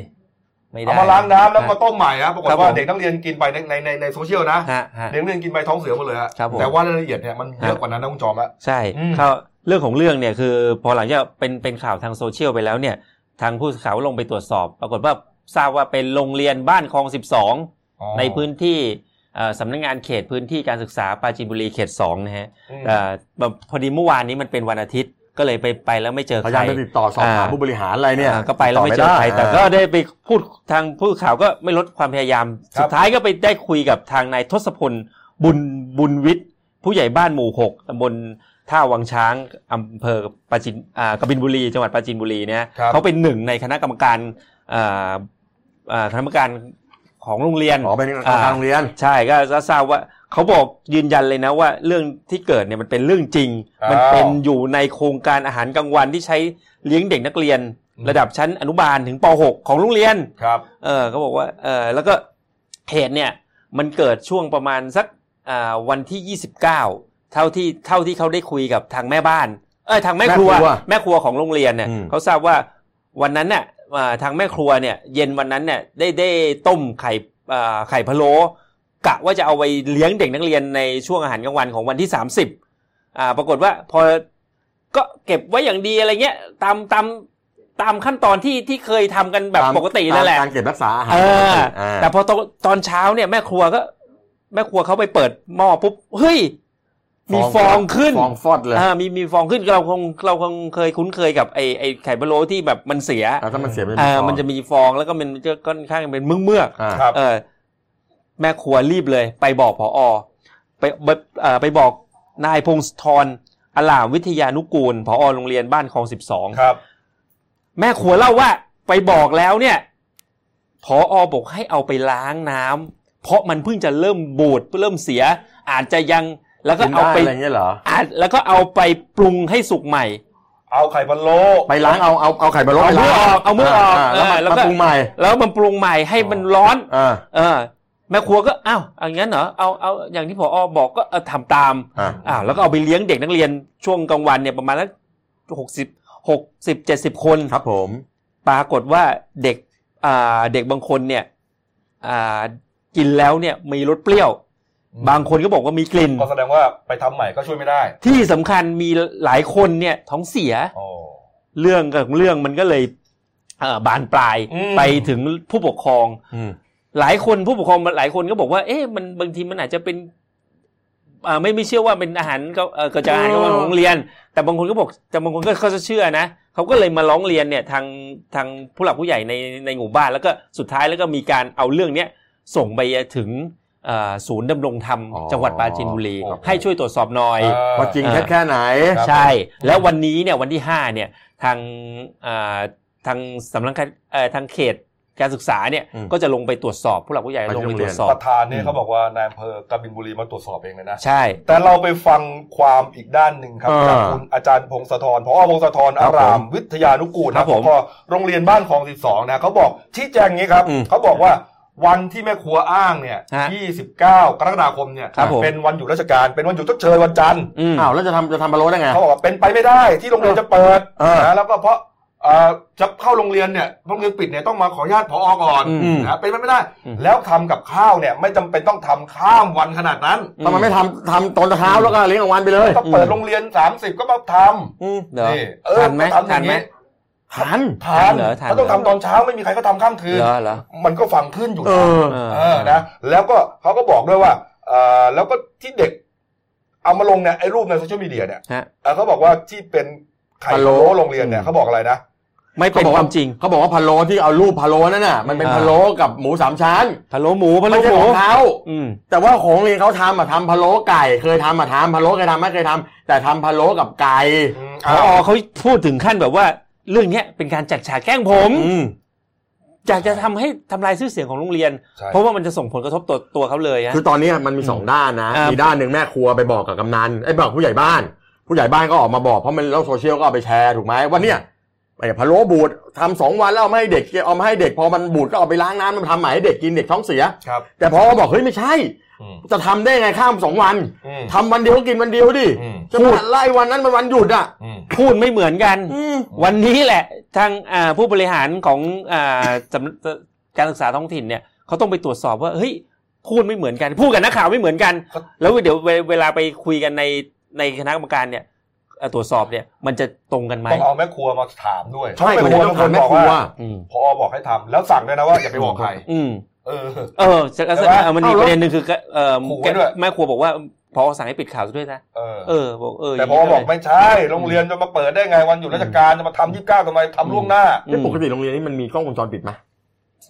Speaker 5: ไม่ได้
Speaker 1: เอามาล้างน้ำแล้วมาต้มใหม่ฮะปรากฏ
Speaker 5: ครับ
Speaker 1: ว่า
Speaker 5: ผม
Speaker 1: เด็กนักเรียนกินไปในในในในโซเชียลนะ
Speaker 5: ฮะฮะ
Speaker 1: เด็กนักเรียนกินไปท้องเสียหมดเลยฮะ
Speaker 5: ครับผม
Speaker 1: แต่ว่ารายละเอียดเนี่ยมันเยอะกว่านั้นนะคุณจอมฮะ
Speaker 5: ใช่
Speaker 1: อืม
Speaker 5: เขาเรื่องของเรื่องเนี่ยคือพอหลังจากเป็นเป็นข่าวทางโซเชียลไปแล้วเนี่ย ทางผู้สื่อข่าวลงไปตรวจสอบ ปรากฏว่าทราบว่าเป็นโรงเรียนบ้านคลอง 12
Speaker 1: อ๋อ
Speaker 5: ในพื้นที่เอ่อสำนักงานเขตพื้นที่การศึกษาปราจีนบุรีเขต2นะฮะ
Speaker 1: อืม
Speaker 5: เอ่อแบบพอดีเมื่อวานนี้มันเป็นวันอาทิตย์ก็เลยไปไปแล้วไม่เจอ
Speaker 2: พ
Speaker 5: ใค
Speaker 2: ยาร ยามจะติดต่อสอบถาม
Speaker 5: อ่า
Speaker 2: ผู้บริหารอะไรเนี่ย
Speaker 5: อ่าก็ไปแล้วไม่เจอใคร
Speaker 2: ติด
Speaker 5: แต่
Speaker 2: อม่ด้
Speaker 5: ก็ได้ไปพูดทางผู้ข่าวก็ไม่ลดความพยายาม
Speaker 1: ครับ
Speaker 5: สุดท้ายก็ไปได้คุยกับทางนายทศพลบุญบุญวิทย์ ผู้ใหญ่บ้านหมู่หกตำบลท่าวังช้างอำเภอปราจินอ่ากบินบุรี จังหวัดปราจินบุรีเนี่ย
Speaker 1: ครับ
Speaker 5: เขาเป็นหนึ่งในคณะกรรมการอ่าอ่าคณะกรรมการของโรงเรียน
Speaker 2: อ๋อเป็นอาคารโรงเรียน
Speaker 5: ใช่ก็ทราบว่าเขาบอกยืนยันเลยนะว่าเรื่องที่เกิดเนี่ยมันเป็นเรื่องจริง
Speaker 1: อ้าว
Speaker 5: มันเป็นอยู่ในโครงการอาหารกลางวันที่ใช้เลี้ยงเด็กนักเรียน
Speaker 1: อืม
Speaker 5: ระดับชั้นอนุบาลถึงป .6 ของโรงเรียน
Speaker 1: ครับ
Speaker 5: เออเขาบอกว่าเออแล้วก็เหตุเนี่ยมันเกิดช่วงประมาณสักอ่าวันที่ 29 เท่าที่เท่าที่เขาได้คุยกับทางแม่บ้าน เออทางแม่ครัว
Speaker 2: แม่ครัว
Speaker 5: แม่ครัวของโรงเรียนเนี่ย
Speaker 2: อืม
Speaker 5: เขาทราบว่าวันนั้นเนี่ยอ่าทางแม่ครัวเนี่ยเย็นวันนั้นเนี่ยได้ได้ต้มไข่อ่าไข่พะโล้กะว่าจะเอาไปเลี้ยงเด็กนักเรียนในช่วงอาหารกลางวันของวันที่ 30 อ่าปรากฏว่าพอ ก็เก็บไว้อย่างดีอะไรเงี้ย ตามตามตามขั้นตอนที่ที่เคยทำกันแบบ
Speaker 2: ตาม
Speaker 5: ปกตินั่นแหละ
Speaker 2: ตามการเก็บรักษาอาหาร
Speaker 5: เอ
Speaker 2: ปก
Speaker 5: อ
Speaker 2: ติอ่า
Speaker 5: แต่พอตอนตอนเช้าเนี่ยแม่ครัวก็ แม่ครัวเขาไปเปิดหม้อปุ๊บเฮ้ย มีฟองขึ้น
Speaker 2: ฟองฟอดเลย
Speaker 5: อ่ามีมีฟองขึ้นเราคงเราคงเคยคุ้นเคยกับไอไอไข่พะโล้ที่แบบมันเสีย
Speaker 2: แต่ถ้ามันเสียไป
Speaker 5: อ่ามันจะมีฟองแล้วก็มันจะค่อนข้างเป็นเมือกเมือกๆ
Speaker 1: ครับ
Speaker 5: เออแม่ครัวรีบเลย ไปบอกผออไปไปเอ่อไปบอกนายพงศธรอลามวิทยานุกูลผอโรงเรียนบ้านคลองสิบสอง
Speaker 1: ครับ
Speaker 5: แม่ครัวเล่าว่าไปบอกแล้วเนี่ยผออบอกให้เอาไปล้างน้ำเพราะมันเพิ่งจะเริ่มบูดเริ่มเสีย อาจจะยังแล้วก็
Speaker 2: กิน
Speaker 5: เอา
Speaker 2: ได้
Speaker 5: ไป
Speaker 2: อะไรเงี้ยเหรอ
Speaker 5: อาจแล้วก็เอาไปปรุงให้สุกใหม่
Speaker 1: เอาไข่พะโล้
Speaker 2: ไปล้างเอาเอาเอาไข่ไปลด
Speaker 5: เอา
Speaker 2: ไปล้าง
Speaker 5: เมื่อออกเอาเมื่อออก
Speaker 2: าแล้ว
Speaker 5: เออแล้ว
Speaker 2: มา
Speaker 5: ก็
Speaker 2: ปรุงใหม่
Speaker 5: แล้วมันปรุงใหม่ให้มันร้อน
Speaker 2: อ่า
Speaker 5: เออแม่ครัวก็อ้าวอย่างนั้นเหรอเอาเอาอย่างที่ผออบอกก็เออทำตาม
Speaker 2: อ่า
Speaker 5: วแล้วก็เอาไปเลี้ยงเด็กนักเรียนช่วงกลางวันเนี่ยประมาณสักหกสิบหกสิบเจ็ดสิบคน
Speaker 2: ครับผม
Speaker 5: ปรากฏว่าเด็กอ่าเด็กบางคนเนี่ยอ่ากินแล้วเนี่ยมีรสเปรี้ยว บางคนก็บอกว่ามีกลิ่น
Speaker 1: ก็แสดงว่าไปทำใหม่ก็ช่วยไม่ได้
Speaker 5: ที่สำคัญมีหลายคนเนี่ยท้องเสีย
Speaker 1: โอ้
Speaker 5: เรื่องของเรื่องมันก็เลยเอ่อบานปลาย
Speaker 1: อืม
Speaker 5: ไปถึงผู้ปกครอง
Speaker 2: อืม
Speaker 5: หลายคนผู้ปกครองหลายคนก็บอกว่า เอ๊ะมันบางทีมันอาจจะเป็นอ่าไม่ไม่เชื่อว่าเป็นอาหารก็เอ่อเกิดจากอาหาร
Speaker 2: อ๋อ
Speaker 5: กลางวันของโรงเรียน แต่บางคนก็บอกแต่บางคนก็เขาจะเชื่อนะเขาก็เลยมาร้องเรียนเนี่ยทางทางผู้หลักผู้ใหญ่ในในหมู่บ้าน แล้วก็สุดท้ายแล้วก็มีการเอาเรื่องเนี้ยส่งไปถึงเอ่อศูนย์ดำรงธรรมจังหวัดปราจีนบุรี
Speaker 1: ครับ
Speaker 5: ให้ช่วยตรวจสอบหน่อย
Speaker 2: ว่าจริงแค่
Speaker 5: อ่า
Speaker 2: แค่ไหน
Speaker 1: ครับ
Speaker 5: ใช่ แล้ววันนี้เนี่ยวันที่ 5 เนี่ยทางอ่าทางสำนักงานเอ่อทางเขตการศึกษาเนี่ย
Speaker 2: อืม
Speaker 5: ก็จะลงไปตรวจสอบ ผู้หลักผู้ใหญ่
Speaker 2: ไปที่
Speaker 5: ล
Speaker 2: โร
Speaker 5: งไป
Speaker 2: ง
Speaker 5: ต
Speaker 2: เรี
Speaker 5: ร
Speaker 2: ยน
Speaker 5: วจสอบ
Speaker 1: ประธานเนี่ยเขาบอกว่านายอำเภอกบินบุรีมาตรวจสอบเองเลยนะ
Speaker 5: ใช่
Speaker 1: แต่เราไปฟังความอีกด้านหนึ่งครับ
Speaker 2: อ่า
Speaker 1: จากคุณอาจารย์พงศธรพอพงศธร
Speaker 2: ครั
Speaker 1: อา
Speaker 2: บผม
Speaker 1: ราม วิทยานุกูล
Speaker 5: ครั
Speaker 1: นะ
Speaker 5: บผม
Speaker 1: พอโรงเรียนบ้านคลองสิบสองนะเขาบอกชี้แจงอย่างนี้ครับ
Speaker 2: อืม
Speaker 1: เขาบอกว่าวันที่แม่ครัวอ้างเนี่ย
Speaker 5: ฮะ
Speaker 1: 29 กรกฎาคมเนี่ย
Speaker 5: ครับผม
Speaker 1: เป็นวันหยุดราชการเป็นวันหยุดชดเชยวันจันทร์
Speaker 5: อืม
Speaker 2: อ้าวแล้วจะทำจะทำมาลดได้ไง
Speaker 1: เขาบอกว่าเป็นไปไม่ได้ที่โรงเรียนจะเปิด
Speaker 2: เออ
Speaker 1: นะแล้วก็เพราะเอ่อจะเข้าโรงเรียนเนี่ยโรงเรียนปิดเนี่ยต้องมาขออนุญาตพอก่อน
Speaker 2: อืม
Speaker 1: นะเป็นไปไม่ได้
Speaker 5: อืม
Speaker 1: แล้วทำกับข้าวเนี่ยไม่จำเป็นต้องทำข้ามวันขนาดนั้น
Speaker 2: ทำไมไม่ทำทำตอนเช้าแล้วก็เลี้ยงกลางวันไปเลย
Speaker 1: ต้องเปิดโรงเรียน 30 ก็มาท
Speaker 2: อืม
Speaker 1: ำ
Speaker 5: เหรอ
Speaker 1: นี่เออ
Speaker 5: ทันไหม
Speaker 1: ก็ทำอ
Speaker 5: ทั
Speaker 1: ย่าน ง
Speaker 5: ไหม
Speaker 2: ทัน
Speaker 1: ทาน
Speaker 5: เหรอทัน
Speaker 1: เขาต้อง
Speaker 5: เหรอ
Speaker 1: ทำตอนเช้าไม่มีใครเขาทำข้ามคืน
Speaker 5: เหรอเหรอ
Speaker 1: มันก็ฟังขึ้นอยู่
Speaker 2: เอ
Speaker 1: นะ
Speaker 2: อ
Speaker 5: เออ
Speaker 1: เออนะแล้วก็เขาก็บอกด้วยว่าเอ่อแล้วก็ที่เด็ก เอามาลงเนี่ยไอ้รูปในโซเชียลมีเดียเนี่ย
Speaker 5: ฮะ
Speaker 1: เอ่อเขาบอกว่าที่เป็นไข่
Speaker 2: พะโล้
Speaker 1: โล้โรงเรียนเนี่ยเขาบอกอะไรนะ
Speaker 5: ไม่เป็นความจริง
Speaker 2: เขาบอกว่าพะโล้ที่เอารูปพะโล้นั่นน่ะมันเป็นพะโล้กับหมูสามชั้น
Speaker 5: พะโล้หมูพะโล้
Speaker 2: ไม่ใช่
Speaker 5: หมู
Speaker 2: ของเขา
Speaker 5: อืม
Speaker 2: แต่ว่าของเรียนเขาทำอะทำพะโล้ไก่ เคยทำอะทำพะโล้เคยทำไม่เคยทำแต่ทำพะโล้กับไก่
Speaker 1: อืม
Speaker 5: พอ
Speaker 1: อ้าว
Speaker 5: อเขาพูดถึงขั้นแบบว่า เรื่องเนี้ยเป็นการจัดฉากแกล้งผม
Speaker 2: อืม
Speaker 5: อยากจะทำให้ทำลายชื่อเสียงของโรงเรียน
Speaker 1: ใช่
Speaker 5: เพราะว่ามันจะส่งผลกระทบต่อตัวเขาเลยฮะ
Speaker 2: คือตอนนี้มันมีสองด้านนะ
Speaker 5: อ่ามี
Speaker 2: มีด้านหนึ่งแม่ครัวไปบอกกับกำนันไอ้ยบอกผู้ใหญ่บ้าน ผู้ใหญ่บ้านก็ออกมาบอกเพราะมันโลกโซเชียลก็เอาไปแชร์ถูกไหมว่าเนี่ยไอ้พะโล้บูดทำสองวันแล้วเอามาให้เด็กเอามาให้เด็กพอมันบูดก็เอาไปล้างน้ำมันทำใหม่ให้เด็กกินเด็กท้องเสีย
Speaker 1: ครับ
Speaker 2: แต่พอบอกเฮ้ยไม่ใช่
Speaker 1: อืม
Speaker 2: จะทำได้ไงข้ามสองวัน
Speaker 1: อืม
Speaker 2: ทำวันเดียวก็กินวันเดียวดิ
Speaker 1: อืม
Speaker 2: จะมาไล่วันนั้นมันวันหยุดอ่ะ
Speaker 1: อืม
Speaker 5: พูดไม่เหมือนกัน
Speaker 2: อืม
Speaker 5: วันนี้แหละทางอ่าผู้บริหารของอ่าสำการศึกษาท้องถิ่นเนี่ยเขาต้องไปตรวจสอบว่าเฮ้ยพูดไม่เหมือนกัน พูดกับนักข่าวไม่เหมือนกัน
Speaker 1: ครับ
Speaker 5: แล้วเดี๋ยวเวเวลาไปคุยกันในในคณะกรรมการเนี่ยเอ่อตรวจสอบเนี่ยมันจะตรงกันไหม
Speaker 1: ต้องเอาแม่ครัวมาถามด้วย
Speaker 2: ใช่
Speaker 1: เพราะแม่ครัวบางคนบอกว่า
Speaker 2: แม่ครัว
Speaker 5: อืม
Speaker 1: พอบอกให้ทำแล้วสั่งด้วยนะว่าอย่าไปบอกใคร
Speaker 5: อืม
Speaker 1: เออ
Speaker 5: เออจะก็
Speaker 1: แต่ว่า
Speaker 5: เออมันมี
Speaker 1: เอา
Speaker 5: ป
Speaker 1: แล้ว
Speaker 5: ระเด็นหนึ่งคือก็เออ
Speaker 1: ขู่ไว้ด้วย
Speaker 5: แม่ครัวบอกว่าพอสั่งให้ปิดข่าวซะด้วยนะ
Speaker 1: เออ
Speaker 5: เออบอกเออ
Speaker 1: แต่พอบอกไม่ใช่ โรงเรียนจะมาเปิดได้ไงวันหยุดราชการจะมาทำยี่สิบเก้าทำไมทำล่วงหน้า
Speaker 5: อื
Speaker 2: นี่
Speaker 5: ม
Speaker 2: ปกติโรงเรียนนี่มันมีกล้องวงจรปิดไหม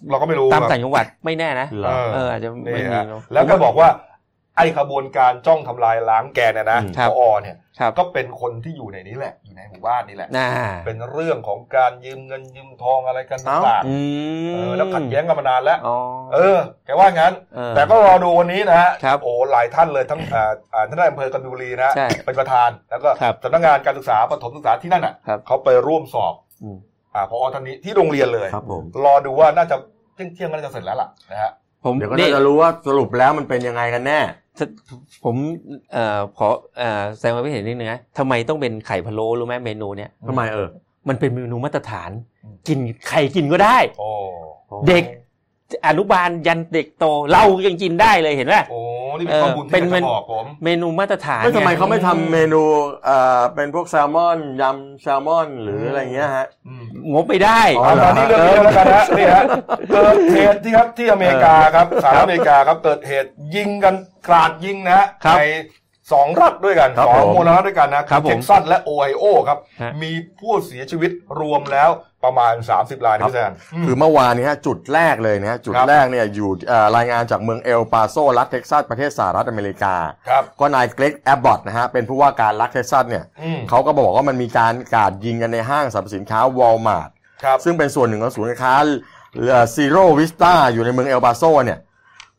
Speaker 1: เราก็ไม่รู้
Speaker 5: ตาม
Speaker 1: ครับ
Speaker 5: ต่างจังหวัดไม่แน่นะ
Speaker 2: เหร
Speaker 1: เอ
Speaker 2: อ
Speaker 1: อ
Speaker 5: เอออาจจะไม่
Speaker 1: นี่
Speaker 5: มี
Speaker 1: ฮะ
Speaker 5: เนอะ
Speaker 1: แล้วก็บอกว่า ไอ้ขบวนการจ้องทำลายล้างแกนเนี่ยนะครับ พอเนี่ย
Speaker 5: ครับ
Speaker 1: ก็เป็นคนที่อยู่ในนี้แหละ อยู่ในหมู่บ้านนี่แหละ
Speaker 5: น่า
Speaker 1: เป็นเรื่องของการยืมเงินยืมทองอะไรกัน
Speaker 2: เอ้า
Speaker 1: ต่างๆ
Speaker 5: อืม
Speaker 1: เออแล้วขัดแย้งกันมานานแล้ว
Speaker 5: อ๋อ
Speaker 1: เออ แกว่างั้น
Speaker 5: เออ
Speaker 1: แต่ก็รอดูวันนี้นะฮะ
Speaker 5: ครับ
Speaker 1: โอ้หลายท่านเลยทั้งอ่าอ่าท่านนายอำเภอกบินบุรีนะฮะ
Speaker 5: ใช่
Speaker 1: เป็นประธานแล้วก็
Speaker 5: ครับ
Speaker 1: สำนักงานการศึกษาประถมศึกษาที่นั่นอ่ะ
Speaker 5: ครับ
Speaker 1: เขาไปร่วมสอบ
Speaker 5: อืม
Speaker 1: อ่าพอท่านนี้ที่โรงเรียนเลย
Speaker 2: ครับผม
Speaker 1: รอดูว่าน่าจะเที่ยงเที่ยงๆก็น่าจะเสร็จแล้วล่ะนะฮะ
Speaker 5: ผม
Speaker 2: เดี๋ยวก็
Speaker 5: นี่
Speaker 2: น่าจะรู้ว่าสรุปแล้วมันเป็นยังไงกันแน่
Speaker 5: ผมเอ่อขอเอ่อแสดงความคิดเห็นนิดนึงนะทำไมต้องเป็นไข่พะโล้รู้ไหมเมนูเนี่ย
Speaker 2: ทำไมเออ
Speaker 5: มันเป็นเมนูมาตรฐาน
Speaker 1: อืม
Speaker 5: กินไข่กินก็ได้
Speaker 1: โอ้
Speaker 5: เด็กอนุบาลยันเด็กโต เรายังกินได้เลยเห็นไหม
Speaker 1: โอ้ นี่เป็นข้อมูลที่
Speaker 5: เป็น
Speaker 1: อยาก
Speaker 5: มัน
Speaker 1: จะบอกผม
Speaker 5: เมนูมาตรฐาน
Speaker 2: ไม่ทำไม
Speaker 5: ง
Speaker 2: เขาไม่ทำเมนูเอ่อเป็นพวกแซลมอนยำแซลมอนหรืออะไรเงี้ยฮะ
Speaker 1: อืม
Speaker 5: งบไปได้
Speaker 2: อ๋อ
Speaker 1: เอาตอนนี้เรื่องนี้แล้วกัน ฮะนี่ฮะเกิดเหตุที่ครับที่อเมริกาครับสหรัฐอเมริกาครับเกิดเหตุยิงกันกราดยิงนะฮะ
Speaker 5: ครับ
Speaker 1: ในสองรัฐด้วยกัน
Speaker 2: ครับ
Speaker 1: สอง
Speaker 2: ผม
Speaker 1: มลรัฐด้วยกันนะครับ
Speaker 5: ผม
Speaker 1: เท็กซัสและโอไฮโอครับ
Speaker 5: ฮะ
Speaker 1: มีผู้เสียชีวิตรวมแล้วประมาณ 30รายนะพี่แซน
Speaker 2: คือเมื่อวานเนี้ฮะจุดแรกเลยนะฮะจุด
Speaker 1: ครับ
Speaker 2: แรกเนี่ยอยู่เอ่อรายงานจากเมืองเอลปาโซรัฐเท็กซัสประเทศสหรัฐอเมริกา
Speaker 1: ครับ
Speaker 2: ก็นายเกรกแอบบอตนะฮะเป็นผู้ว่าการรัฐเท็กซัสเนี่ย
Speaker 1: อืม
Speaker 2: เขาก็บอกว่ามันมีการกราดยิงกันในห้างสรรพสินค้าวอลมาร์ท
Speaker 1: ครับ
Speaker 2: ซึ่งเป็นส่วนหนึ่งของศูนย์การค้าซีโรวิสตาอยู่ในเมืองเอลปาโซเนี่ย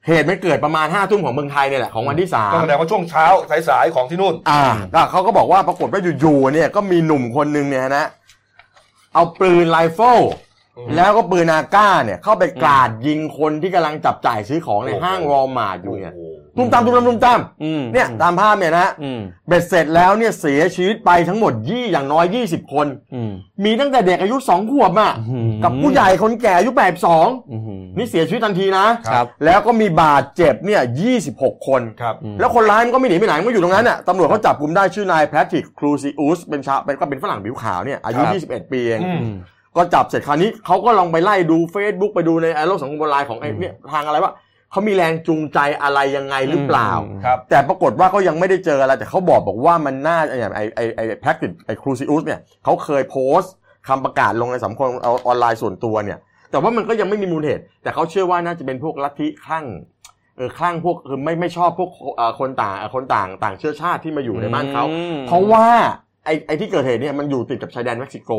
Speaker 2: เหตุไม่เกิดประมาณห้าทุ่มของเมืองไทยเนี่ยแหละ ของวันที่สาม
Speaker 1: ก็แสดงว่าช่วงเช้าสายๆของที่นู่น
Speaker 2: อ่าก็เขาก็บอกว่าปรากฏว่าอยู่ๆเนี่ยก็มีหนุ่มคนหนึ่งเนี่ยนะ เอาปืนไรเฟิล
Speaker 1: อืม
Speaker 2: แล้วก็ปืนนาก้าเนี่ย เข้าไปกราดยิงคนที่กำลังจับจ่ายซื้อของใน
Speaker 1: โอ้โห
Speaker 2: ห้างวอลมาร์ทอยู่เนี่ย
Speaker 1: โโห
Speaker 2: ตุ้มตามตุ้มตามตุ้มตาม
Speaker 5: อืม
Speaker 2: เนี่ยตามภาพเนี่ยนะ
Speaker 5: อืม
Speaker 2: เบ็ดเสร็จแล้วเนี่ยเสียชีวิตไปทั้งหมดยี่อย่างน้อยยี่สิบคน
Speaker 5: อืม
Speaker 2: มีตั้งแต่เด็กอายุสองขวบอ่ะ
Speaker 5: อื้อหือ
Speaker 2: กับผู้ใหญ่คนแก่อายุแปดสอง
Speaker 5: อืม
Speaker 2: นี่เสียชีวิตทันทีนะ
Speaker 5: ครับ
Speaker 2: แล้วก็มีบาดเจ็บเนี่ย 26 คน
Speaker 1: ครับ
Speaker 2: แล้วคนร้ายมันก็ไม่หนีไปไหน มันก็อยู่ตรงนั้นน่ะตำรวจเขาจับกลุ่มได้ชื่อนายแพทริกครูซิอุสเป็นชาวเป็นก็เป็นฝรั่งผิวขาวเนี่ย อายุ
Speaker 1: ครับ
Speaker 2: 21 ปีเอง
Speaker 1: อืม
Speaker 2: ก็จับเสร็จคราวนี้เขาก็ลองไปไล่ดู Facebook ไปดูในโลกสังคมออนไลน์ของไอ้เนี่ยทางอะไรว่าเขามีแรงจูงใจอะไรยังไงหรือเปล่า
Speaker 1: ครับ
Speaker 2: แต่ปรากฏว่าก็ยังไม่ได้เจออะไร แต่เขาบอกบอกว่ามันน่าอย่างไอไอไอแพ็กติดไอครูซิอุสเนี่ยเขาเคยโพสต์คำประกาศลงในสังคมออนไลน์ส่วนตัวเนี่ย แต่ว่ามันก็ยังไม่มีมูลเหตุ แต่เขาเชื่อว่าน่าจะเป็นพวกลัทธิคลั่งเออคลั่งพวกคือไม่ไม่ชอบพวกเอ่อคนต่างเอ่อคนต่างต่างเชื้อชาติที่มาอยู่ในบ้านเขา
Speaker 5: อืม
Speaker 2: เพราะว่าไอไอที่เกิดเหตุเนี่ยมันอยู่ติดกับชายแดนเม็กซิโก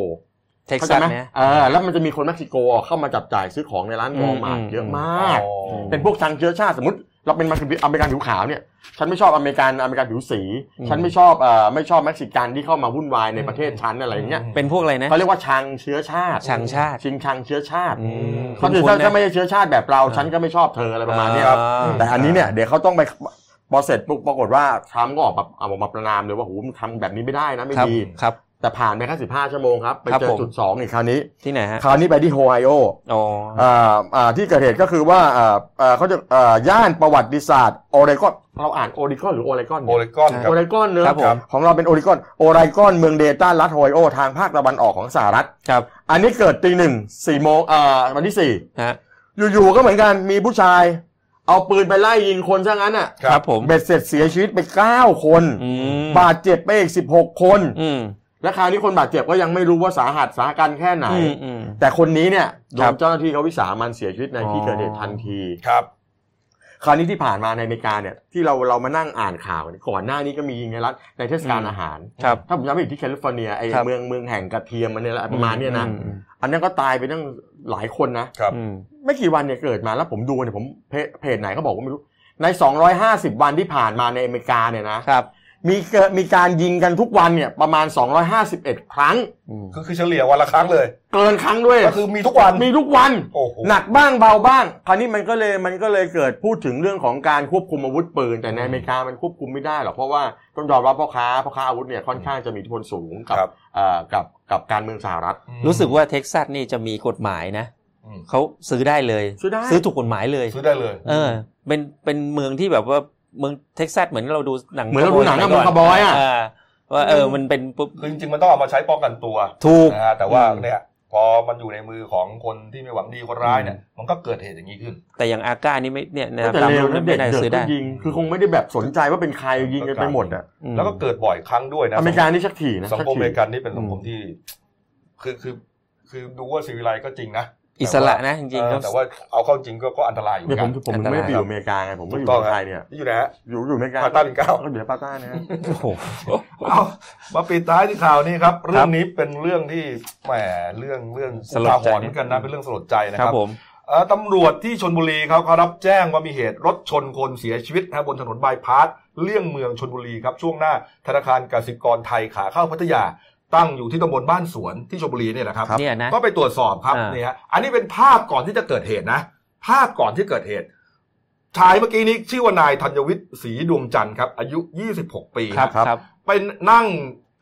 Speaker 5: เท็ก
Speaker 2: เข้าใจ
Speaker 5: ซัส
Speaker 2: ไหม
Speaker 5: นะ
Speaker 2: เออแล้วมันจะมีคนเม็กซิโกเข้ามาจับจ่ายซื้อของในร้านว
Speaker 5: อืม
Speaker 2: อลมาร์ท
Speaker 5: อืม
Speaker 2: เยอะมาก
Speaker 1: อ๋อ
Speaker 2: เป็นพวกทางเชื้อชาติสมมติ เราเป็นมาอเมริกันผิวขาวเนี่ย ฉันไม่ชอบอเมริกันอเมริกันผิวสี ฉันไม่ชอบเอ่อไม่ชอบเม็กซิกันที่เข้ามาวุ่นวายในประเทศฉันอะไรอย่างเงี้ย
Speaker 5: เป็นพวกอะไรนะ
Speaker 2: เขาเรียกว่าชังเชื้อชาติ
Speaker 5: ชังชาติ
Speaker 2: ชิงชังเชื้อชาติ
Speaker 5: อืม
Speaker 2: เขาถือ
Speaker 5: คุ้นๆนะ
Speaker 2: ถ้าไม่ใช่เชื้อชาติแบบเราฉันก็ไม่ชอบเธออะไรประมาณเนี้ย
Speaker 5: อ่า
Speaker 2: แต่อันนี้เนี่ยเดี๋ยวเขาต้องไปพอเสร็จปุ๊บปรากฏว่าทรัมป์ก็ออกมาออกมาประนามเลยว่าหูมันทำแบบนี้ไม่ได้นะไม่
Speaker 5: ครับ
Speaker 2: ดี
Speaker 5: ครับ
Speaker 2: แต่ผ่านไปแค่สิบห้าชั่วโมงครับไป
Speaker 5: ครับ
Speaker 2: เจอ
Speaker 5: ผม
Speaker 2: จุดสองอีกคราวนี้
Speaker 5: ที่ไหนฮะ
Speaker 2: คราวนี้ไปที่โฮไอโอ
Speaker 5: อ๋อ
Speaker 2: อ่าอ่าที่เกิดเหตุก็คือว่าอ่าอ่าเขาจะอ่าย่านประวัติศาสตร์โอเรกอนเราอ่านโอเรกอนหรือโอเรกอน
Speaker 1: โอเลกอนครับ
Speaker 2: โอเรกอนเนอะ
Speaker 5: ครับผม
Speaker 2: ของเราเป็นโอเรกอนโอเรกอนเมืองเดลต้ารัฐโฮไอโอทางภาคตะวันออกของสหรัฐ
Speaker 5: ครับ
Speaker 2: อันนี้เกิดตีหนึ่งสี่โมงอ่าวันที่สี่
Speaker 5: ฮะ
Speaker 2: อยู่ๆก็เหมือนกันมีผู้ชาย เอาปืนไปไล่ยิงคนซะงั้นอ่ะ
Speaker 1: ครับ
Speaker 5: ผม
Speaker 2: เบ็ดเสร็จเสียชีวิตไปเก้าคน
Speaker 5: อืม
Speaker 2: บาดเจ็บไปอีกสิบหกคน
Speaker 5: อืม
Speaker 2: และคราวนี้คนบาดเจ็บก็ยังไม่รู้ว่าสาหัสสาการแค่ไหน
Speaker 5: อืมอืม
Speaker 2: แต่คนนี้เนี่ยโด
Speaker 5: ครั
Speaker 2: น
Speaker 5: บ
Speaker 2: เจ้าหน้าที่เขาวิสามันเสียชีวิตในที่
Speaker 5: อ๋อ
Speaker 2: เกิดเหตุทันที
Speaker 1: ครับ
Speaker 2: คราวนี้ที่ผ่านมาในอเมริกาเนี่ยที่เราเรามานั่งอ่านข่าวเนี่ยก่อนหน้านี้ก็มียิงในรัฐในเทศกาลอาหาร
Speaker 5: ครับ
Speaker 2: ถ้าผมจำไม่ผิดที่แคลิฟอร์เนียไอ
Speaker 5: ครับ
Speaker 2: เมืองเมืองแห่งกระเทียมมันเนี่ยแหละประมาณเนี้ยนะ
Speaker 5: อืมอืม
Speaker 2: อันนั้นก็ตายไปตั้งหลายคนนะ
Speaker 1: ครับ
Speaker 5: อืม
Speaker 2: ไม่กี่วันเนี่ยเกิดมาแล้วผมดูเนี่ยผมเพจเพจไหนเขาบอกว่าไม่รู้ใน 250 วันที่ผ่านมาในอเมริกาเนี่ยนะครับ มีเกิดมีการยิงกันทุกวันเนี่ยประมาณ 251 ครั้ง
Speaker 5: อืม
Speaker 1: ก็คือเฉลี่ยวันละครั้งเลย
Speaker 2: เกินครั้งด้วย
Speaker 1: ก็คือมีทุกวัน
Speaker 2: มีทุกวัน
Speaker 1: โอ้โห
Speaker 2: หนักบ้างเบาบ้าง คราวนี้มันก็เลยมันก็เลยเกิดพูดถึงเรื่องของการควบคุมอาวุธปืน แต่ในอเมริกามันควบคุมไม่ได้หรอกเพราะว่าต้องยอมรับพ่อค้าพ่อค้าอาวุธเนี่ยค่อนข้างจะมีอิทธิพลสูงกั
Speaker 1: ครับ บ
Speaker 2: เอ่อกับกับการเมืองสหรัฐ
Speaker 5: รู้สึกว่าเท็กซัสนี่จะมีกฎหมายนะ
Speaker 1: อืม
Speaker 5: เขาซื้อได้เลย
Speaker 2: ซื้อได้
Speaker 5: ซื้อถูกกฎหมายเลย
Speaker 1: ซื้อได้เลย
Speaker 5: เออ เป็นเป็นเมืองที่แบบว่าเมืองเท็กซัสเหมือนเราดูหนัง
Speaker 2: เหมือนเราดูหนังอะ
Speaker 5: สยก่
Speaker 2: เมืองคาวบอยอะ
Speaker 5: าว่าเออมันเป็นปุ๊บ
Speaker 1: คือจริงๆ มันต้องเอามาใช้ป้องกันตัว
Speaker 5: ถูก
Speaker 1: นะฮะแต่ว่า
Speaker 5: อืม
Speaker 1: เนี่ย พอมันอยู่ในมือของคนที่ไม่หวังดีคนร้ายเนี่ย มันก็เกิดเหตุอย่างนี้ขึ้น
Speaker 5: แต่อย่างอาก้านี่ไม่เนี่ยนะ
Speaker 2: แต่
Speaker 5: ตาม
Speaker 2: เร็ว
Speaker 5: รู
Speaker 2: นะ
Speaker 5: ปนี่
Speaker 2: เด็ก
Speaker 5: ไม่ได้
Speaker 2: เด็
Speaker 5: ซื้
Speaker 2: ก
Speaker 5: อ
Speaker 2: ก็
Speaker 5: ได้
Speaker 2: ยิงคือคงไม่ได้แบบสนใจว่าเป็นใครยิงกันไปหมดอ่ะ
Speaker 5: อืม
Speaker 1: แล้วก็เกิดบ่อยครั้งด้วยนะ
Speaker 2: อเมริกานี่ชักถี่นะ
Speaker 1: สัง
Speaker 2: ชัก
Speaker 1: คมอ
Speaker 2: ถี่
Speaker 1: เมริกันนี่เป็นสังคม
Speaker 5: อืม
Speaker 1: ที่ คือคือคือดูว่าซีวิไลก็จริงนะ
Speaker 5: อิสระนะจริงๆ
Speaker 1: เอ
Speaker 5: ค
Speaker 1: อ
Speaker 5: รับ
Speaker 1: แต่ว่าเอาเข้าจริงก็ก็อันตรายอยู่
Speaker 2: เนี่ย
Speaker 1: กั
Speaker 2: ผม
Speaker 1: น
Speaker 2: ผมถึงไม่ได้ไปอยู่อเมริกาไงผมก็อ
Speaker 1: ถู
Speaker 2: ยู่
Speaker 1: กต้อง
Speaker 2: เมืองไทยเนี่ย
Speaker 1: นี่อยู่ไหนฮะ
Speaker 2: อยู่อยู่อเมริกา
Speaker 1: ปาต้าปิ่นเกล้า
Speaker 2: ก็อยู่ในปาต้าเนี่ย
Speaker 5: โอ้โห
Speaker 1: เอามาปิดท้ายที่ข่าวนี้ครับ เรื่องนี้เป็นเรื่องที่แหมเรื่องเรื่อง
Speaker 5: สลดใจ
Speaker 1: อุทาหรณ์เหมือนกันนะเป็นเรื่องสลดใจนะ
Speaker 5: ค
Speaker 1: ค
Speaker 5: รั
Speaker 1: รั
Speaker 5: บบ ผม
Speaker 1: เอ่อตำรวจที่ชนบุรีครับเขารับแจ้งว่ามีเหตุรถชนคนเสียชีวิตนะบนถนนบายพาสเลี่ยงเมืองชนบุรีครับช่วงหน้าธนาคารกสิกรไทยขาเข้าพัทยา ตั้งอยู่ที่ตำบลบ้านสวนที่ชนบุรีเนี่ยแหละครับ
Speaker 5: เนี่ยนะ
Speaker 1: ก็ไปตรวจสอบครับ
Speaker 5: อ่านี่
Speaker 1: นี่ฮะอันนี้เป็นภาพก่อนที่จะเกิดเหตุนะ ภาพก่อนที่เกิดเหตุ ชายเมื่อกี้นี้ชื่อว่านายธัญวิทย์ศรีดวงจันทร์ครับ อายุ 26 ปี
Speaker 5: ครับครับ
Speaker 1: เป็นนั่ง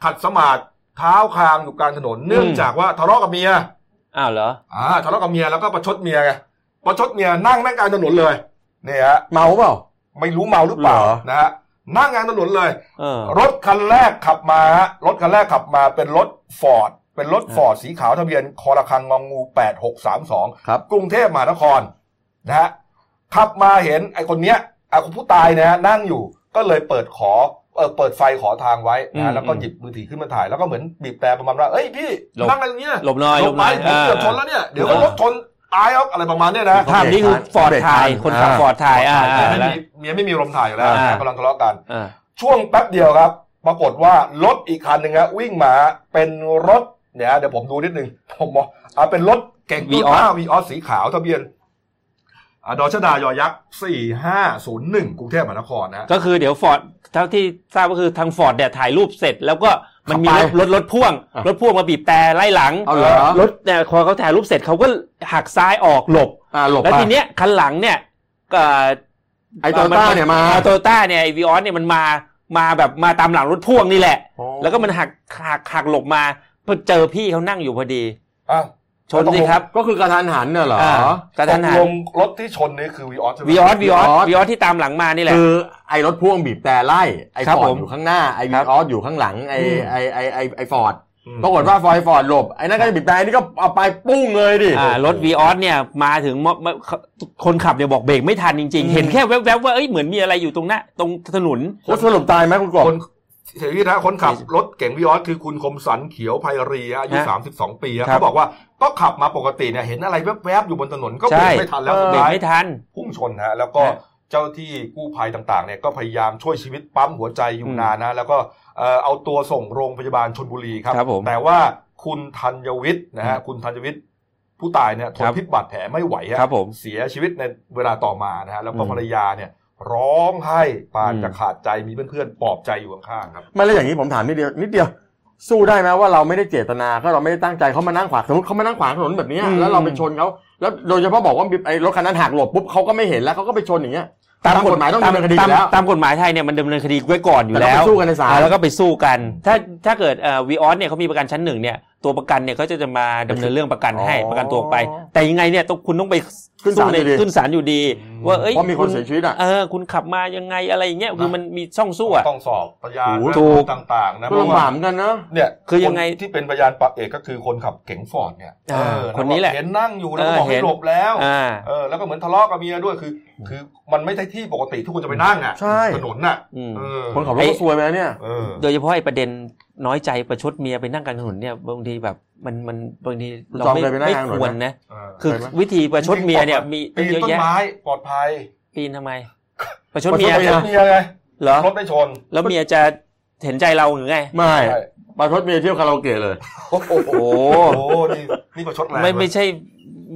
Speaker 1: ขัดสมาธิเท้าคางอยู่กลางถนน เนื่อง
Speaker 5: อืม
Speaker 1: จากว่าทะเลาะกับเมีย
Speaker 5: อ้าวเหรอ
Speaker 1: อ่าทะเลาะกับเมียแล้วก็ประชดเมียไงประชดเมียนั่งนั่งกลางถนนเลยเนี่ยฮะ
Speaker 2: เมาเปล่า
Speaker 1: ไม่รู้เมาหรือเปล่า
Speaker 2: เหรอ
Speaker 1: นะฮะหน้างานถนนเลย
Speaker 5: เออ
Speaker 1: รถคันแรกขับมาฮะรถคันแรกขับมาเป็นรถฟอร์ดเป็นรถ
Speaker 5: อ่า
Speaker 1: ฟอร์ดสีขาวทะเบียนคอระคังงองงูแปดหกสามสอง
Speaker 2: ครับ
Speaker 1: กรุงเทพมหานครนะฮะขับมาเห็นไอ้คนเนี้ยไอ้คนผู้ตายนะฮะนั่งอยู่ก็เลยเปิดขอเออเปิดไฟขอทางไว้นะ
Speaker 5: อื
Speaker 1: ฮะ
Speaker 5: ม
Speaker 1: แล้วก็
Speaker 5: อืม
Speaker 1: หยิบมือถือขึ้นมาถ่ายแล้วก็เหมือนบีบแต่ประมาณว่าเอ้ยพี่
Speaker 5: หลบ
Speaker 1: นั่งอะไรอย่างเงี้ย
Speaker 5: หลบหน่อย
Speaker 1: หลบไป
Speaker 5: ห
Speaker 1: ผม
Speaker 5: อย
Speaker 1: เกือบชนแล้วเนี่ยเดี๋ยวก็รถชนตายเอาอะไรประมาณเนี้ยนะ
Speaker 5: ภาพนี้คือฟอร์ดไทยคนขับฟอร์ดไทยอ่า
Speaker 1: เมียไม่
Speaker 5: แล้ว
Speaker 1: มีเมียไม่มีลมถ่ายอยู่แล้ว
Speaker 5: อ่า
Speaker 1: กำลังทะเลาะกัน
Speaker 5: อ่า
Speaker 1: ช่วงแป๊บเดียวครับ ปรากฏว่ารถอีกคันหนึ่งฮะวิ่งมาเป็นรถเนี่ยเดี๋ยวผมดูนิดนึง ผมบอกอ่าเป็นรถเก่ง
Speaker 5: Vios
Speaker 1: วีออสสีขาวทะเบียนอ่าดอชดายอยักษ์สี่ห้าศูนย์หนึ่งกรุงเทพมหานครนะฮะ
Speaker 5: ก็คือเดี๋ยวฟอร์ดเท่าที่ทราบก็คือทางฟอร์ดเนี่ยถ่ายรูปเสร็จ แล้วก็มันมีรถ
Speaker 2: ขับไป
Speaker 5: รถรถพ่วง
Speaker 2: อ่ะ
Speaker 5: รถพ่วงมาบีบแต่ไล่หลัง
Speaker 2: เอาเหรอ
Speaker 5: รถเนี่ยพอเขาถ่ายรูปเสร็จเขาก็หักซ้ายออกหลบ
Speaker 2: อ่าหลบ
Speaker 5: แล้ว
Speaker 2: ไป
Speaker 5: ทีเนี้ยคันหลังเนี่ยก็
Speaker 2: ไอ้โตโยต้าเนี่ยมา
Speaker 5: โตโยต้าเนี่ยไอวีออสเนี่ยมันมามาแบบมาตามหลังรถพ่วงนี่แหละ
Speaker 2: โอ้
Speaker 5: แล้วก็มันหักหักหักหลบมาพอเจอพี่เขานั่งอยู่พอดี
Speaker 1: อ่ะ
Speaker 5: ชนสิครับ
Speaker 2: ก็คือกระทันหันน่ะเหรอ
Speaker 5: อ่ากระทันหั
Speaker 1: ตก
Speaker 5: น
Speaker 1: ลงรถที่ชนนี่คือวีออสใช่ไหม
Speaker 5: วีออสวีออส
Speaker 2: Vios
Speaker 5: วีออสที่ตามหลังมานี่แหละ
Speaker 2: คือไอ้รถพ่วงบีบแต่ไล่ไอ้
Speaker 5: ครับ
Speaker 2: ฟอ
Speaker 5: ผ
Speaker 2: ร์ด
Speaker 5: ม
Speaker 2: อยู่ข้างหน้าไอ้
Speaker 5: ค
Speaker 2: วี
Speaker 5: รับ
Speaker 2: ออสอยู่ข้างหลังไอ้
Speaker 1: อืม
Speaker 2: ไอ้ไอ้ไอ้ไอ้ฟอร์ด
Speaker 1: อืม
Speaker 2: ปรากฏว่าฟอยฟอร์ดหลบไอ้นั่นก็จะบีบแต่ไอ้นี่ก็เอาไปปุ้งเลยดิ
Speaker 5: อ่ารถวีออสเนี่ยมาถึงมมคนขับเนี่ยบอกเบรกไม่ทันจริง
Speaker 2: อืม
Speaker 5: ๆเห็นแค่แวบๆว่าเอ้ยเหมือนมีอะไรอยู่ตรงหน้าตรงถนน
Speaker 2: โคตรสรุปตายไหมคุณกบ
Speaker 1: คนเสียชีวิตนะคนขับรถเก่งวิออสคือคุณคมสันเขียวไพรีฮะอายุ
Speaker 5: ฮะ
Speaker 1: 32 ปีฮะ
Speaker 5: ครับ
Speaker 1: เขาบอกว่าก็ขับมาปกติเนี่ยเห็นอะไรแวบๆอยู่บนถนนก็เบรกไม่ทันแล้วสุด
Speaker 5: เบรก
Speaker 1: ท้าย
Speaker 5: ไม่ทัน
Speaker 1: พุ่งชนฮะแล้วก็
Speaker 5: ฮะ
Speaker 1: เจ้าที่กู้ภัยต่างๆเนี่ยก็พยายามช่วยชีวิตปั๊มหัวใจอยู่
Speaker 5: อืม
Speaker 1: นานนะแล้วก็เอ่อเอาตัวส่งโรงพยาบาลชนบุรีครับ
Speaker 5: ครับผม
Speaker 1: แต่ว่าคุณธัญวิทย์นะฮะคุณธัญวิทย์ผู้ตายเนี่ยท
Speaker 5: คน รับ
Speaker 1: พิษบาดแผลไม่ไหวฮะ
Speaker 5: ครับผม
Speaker 1: เสียชีวิตในเวลาต่อมานะฮะแล้วก็
Speaker 5: อืม
Speaker 1: ภรรยาเนี่ยร้องไห้ปาน
Speaker 5: อืม
Speaker 1: จะขาดใจมีเพื่อนๆปลอบใจอยู่ข้างๆครับ
Speaker 2: ไม่แล้วอย่างนี้ผมถามนิดเดียวนิดเดียว สู้ได้ไหมว่าเราไม่ได้เจตนาก็เราไม่ได้ตั้งใจเขามานั่งขวางสมมติเขามานั่งขวางถนนแบบเนี้ย
Speaker 5: อืม
Speaker 2: แล้วเราไปชนเขาแล้วโดยเฉพาะบอกว่าไอ้รถคันนั้นหักหลบปุ๊บเขาก็ไม่เห็นแล้วเขาก็ไปชนอย่างเงี้ย ตามกฎหมายต้องดำเนินคดีอยู่แล้ว
Speaker 5: ตามตามกฎหมายไทยเนี่ยมันดำเนินคดีไว้ก่อนอยู่
Speaker 2: แต่
Speaker 5: แล้
Speaker 2: เราไป
Speaker 5: ว
Speaker 2: สู้กันในศาล
Speaker 5: อ่าแล้วก็ไปสู้กัน ถ้าถ้าเกิดวีออสเนี่ยเขามีประกันชั้นหนึ่งเนี่ยตัวประกันเนี่ยเขาจะจะมาดำเนินเรื่องประกันให้
Speaker 2: อ๋อ
Speaker 5: ประกันตัวออกไป แต่ยังไงเนี่ยต้องคุณต้องไป
Speaker 2: ขึ้นศาล
Speaker 5: ใน
Speaker 2: อยู่ดี
Speaker 5: ขึ้นศาลอยู่ดี ว่าเอ้ย
Speaker 2: เพราะมีคนเสียชีวิตอ่ะ
Speaker 5: เออคุณขับมายังไงอะไรอย่างเงี้ยคือมันมีช่องสู้อ่ะ
Speaker 1: ต้องสอบพยาน
Speaker 2: โอ้โห
Speaker 1: นะ
Speaker 5: ถูก
Speaker 1: ต่างๆนะ
Speaker 2: ก็ลำบากเหมือนกันนะ
Speaker 1: เนี่ย
Speaker 5: คือยังไง
Speaker 1: นที่เป็นพยานปากเอกก็คือคนขับเก๋งฟอร์ดเนี่ย
Speaker 5: อ่า
Speaker 1: เออ
Speaker 5: คนนี้แหละ
Speaker 1: เห็นนั่งอยู่แล้วก็
Speaker 5: เออ
Speaker 1: บอก
Speaker 5: เห็
Speaker 1: ให้
Speaker 5: น
Speaker 1: หลบแล้ว
Speaker 5: อ่า
Speaker 1: เออแล้วก็เหมือนทะเลาะกับเมียด้วยคือ คือมันไม่ใช่ที่ปกติที่คุณจะไปนั่งอ่ะ
Speaker 2: ใช่
Speaker 1: ถนนน่ะ
Speaker 5: อืม
Speaker 1: เออ
Speaker 2: คนขับรถ
Speaker 5: ไอ้
Speaker 2: ก็ซวยไปแล้วเนี่ย
Speaker 1: เออ
Speaker 5: โดยเฉพาะไอ้ประเด็นน้อยใจประชดเมียไปนั่งกลางถนนเนี่ยบางทีแบบมันมันบางทีเราไม่
Speaker 2: จอมเคยไปนั่ง
Speaker 5: ไม่
Speaker 2: กลางถนน
Speaker 5: ควรนะ
Speaker 1: เออ
Speaker 5: คือ
Speaker 2: เคยไหม
Speaker 5: วิธีประชดเมียเนี่ยมี
Speaker 1: ปีน
Speaker 5: เยอะ
Speaker 1: ต้น
Speaker 5: แยะ
Speaker 1: ไม้ปลอดภัย
Speaker 5: ปีนทำไม ประชดเมีย
Speaker 2: ประชดเมีย
Speaker 1: เมียไง
Speaker 5: เหรอ
Speaker 1: รถได้ชน
Speaker 5: แล้วเมียจะเห็นใจเราหรือไง
Speaker 2: ไม่
Speaker 1: ใช่
Speaker 2: ปาทศเมียเที่ยวคาราโอเกะเลย
Speaker 1: โอ้โห
Speaker 5: โอ้โห
Speaker 1: นี่นี่ประชดแรง
Speaker 5: ไม่
Speaker 1: เลย
Speaker 5: ไม่ใช่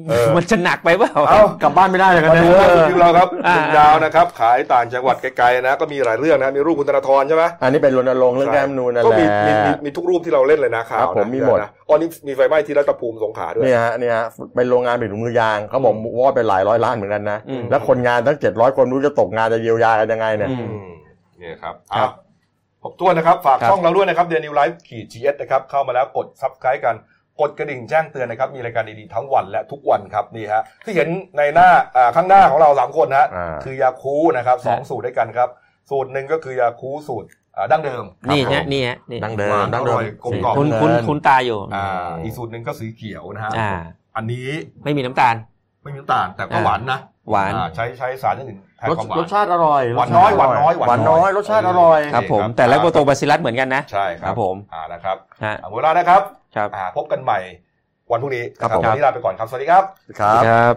Speaker 1: เออ
Speaker 5: มันจะหนักไปเปล่า
Speaker 1: เอ้า
Speaker 2: กลับบ้านไม่ได้เลยกัน
Speaker 1: มา
Speaker 2: เนี่
Speaker 1: ดู
Speaker 2: ย
Speaker 1: เรื่องของเราครับ
Speaker 5: อ่า
Speaker 1: คุณดาวนะครับ ขายต่างจังหวัดไกลๆนะ ก็มีหลายเรื่องนะมีรูปคุณธนาธรใช่ไหม
Speaker 2: อันนี้เป็นรณรงค์เรื่องแก้มนูนนั่น
Speaker 1: ก็
Speaker 2: แห
Speaker 1: มีมีมี
Speaker 2: ละ
Speaker 1: มีทุกรูปที่เราเล่นเลยนะข่าว
Speaker 2: ครับผม
Speaker 1: นะ
Speaker 2: มีหมด
Speaker 1: นะอ๋อนี่มีไฟไหม้ที่รัตภูมิสงขลาด้วย
Speaker 2: เนี่ยฮะเนี่ยฮะเป็นโรงงานผลิตถุงมือยางเขาบอกวอดไปหลายร้อยล้านเหมือนกันนะ
Speaker 5: อืม
Speaker 2: แล้วคนงานทั้ง700คนไม่รู้จะตกงานจะเยียวยากันยังไงเนี่ย
Speaker 5: อืม
Speaker 1: อืมเนี่ยครับ
Speaker 2: ครั
Speaker 1: อ่ะ
Speaker 2: บ
Speaker 1: ขอบตัวนะครับ ฝาก
Speaker 5: ครับ
Speaker 1: ช่องเราด้วยนะครับเดนิวไลฟ์ขีดจีเอสนะครับ เข้ามาแล้วกดซับสไครต์กัน กดกระดิ่งแจ้งเตือนนะครับ มีรายการดีๆทั้งวันและทุกวันครับนี่ฮะที่เห็นในหน้าอ่าข้างหน้าของเราสามคนนะฮะ
Speaker 2: อ่า
Speaker 1: คือยาคูนะครับสอง
Speaker 5: ฮะ
Speaker 1: สูตรด้วยกันครับ สูตรหนึ่งก็คือยาคูสูตรอ่าดั้งเดิม
Speaker 5: นี่
Speaker 1: ครับ
Speaker 5: ฮะ
Speaker 1: ผม
Speaker 5: นี่ฮะนี่
Speaker 2: ดังเดิม
Speaker 1: หวาน
Speaker 2: ดัง
Speaker 1: อ
Speaker 2: เดิ
Speaker 1: ร่
Speaker 2: ม
Speaker 1: อยกลมกล่อม
Speaker 5: คุณ
Speaker 2: เดิ
Speaker 5: คุณ
Speaker 2: น
Speaker 5: คุณตาอยู่
Speaker 1: อ่าอีกสูตรหนึ่งก็สีเขียวนะฮะ
Speaker 5: อ่า
Speaker 1: อันนี้
Speaker 5: ไม่มีน้ำตาล
Speaker 1: ไม่มีน้ำตาลแต่ก็
Speaker 5: อ่า
Speaker 1: หวานนะ
Speaker 5: หวาน
Speaker 1: อ่าใช้ใช้สารอย่างอื่นแทน
Speaker 2: รส
Speaker 1: ความหวาน
Speaker 2: รสชาติอร่อย
Speaker 1: หวานน้อยหวานน้อย
Speaker 2: หวานน้อย รสชาติอร่อย
Speaker 5: ครับผม
Speaker 1: ครับ
Speaker 5: แต่แล้วโปรโตบาซิลลัสเหมือนกันนะ
Speaker 1: ใช่ค
Speaker 5: ค
Speaker 1: รั
Speaker 5: รั
Speaker 1: บบ
Speaker 5: ผม
Speaker 1: อ่านะครับ
Speaker 5: ฮะ
Speaker 1: อ่าหมดเวลานะครับ
Speaker 5: ครับ
Speaker 1: อ่าพบกันใหม่วันพรุ่งนี้นะครับ
Speaker 2: ครับผม
Speaker 1: วันนี้ลาไปก่อนครับ สวัสดีครับ
Speaker 2: ครับ
Speaker 5: ครับ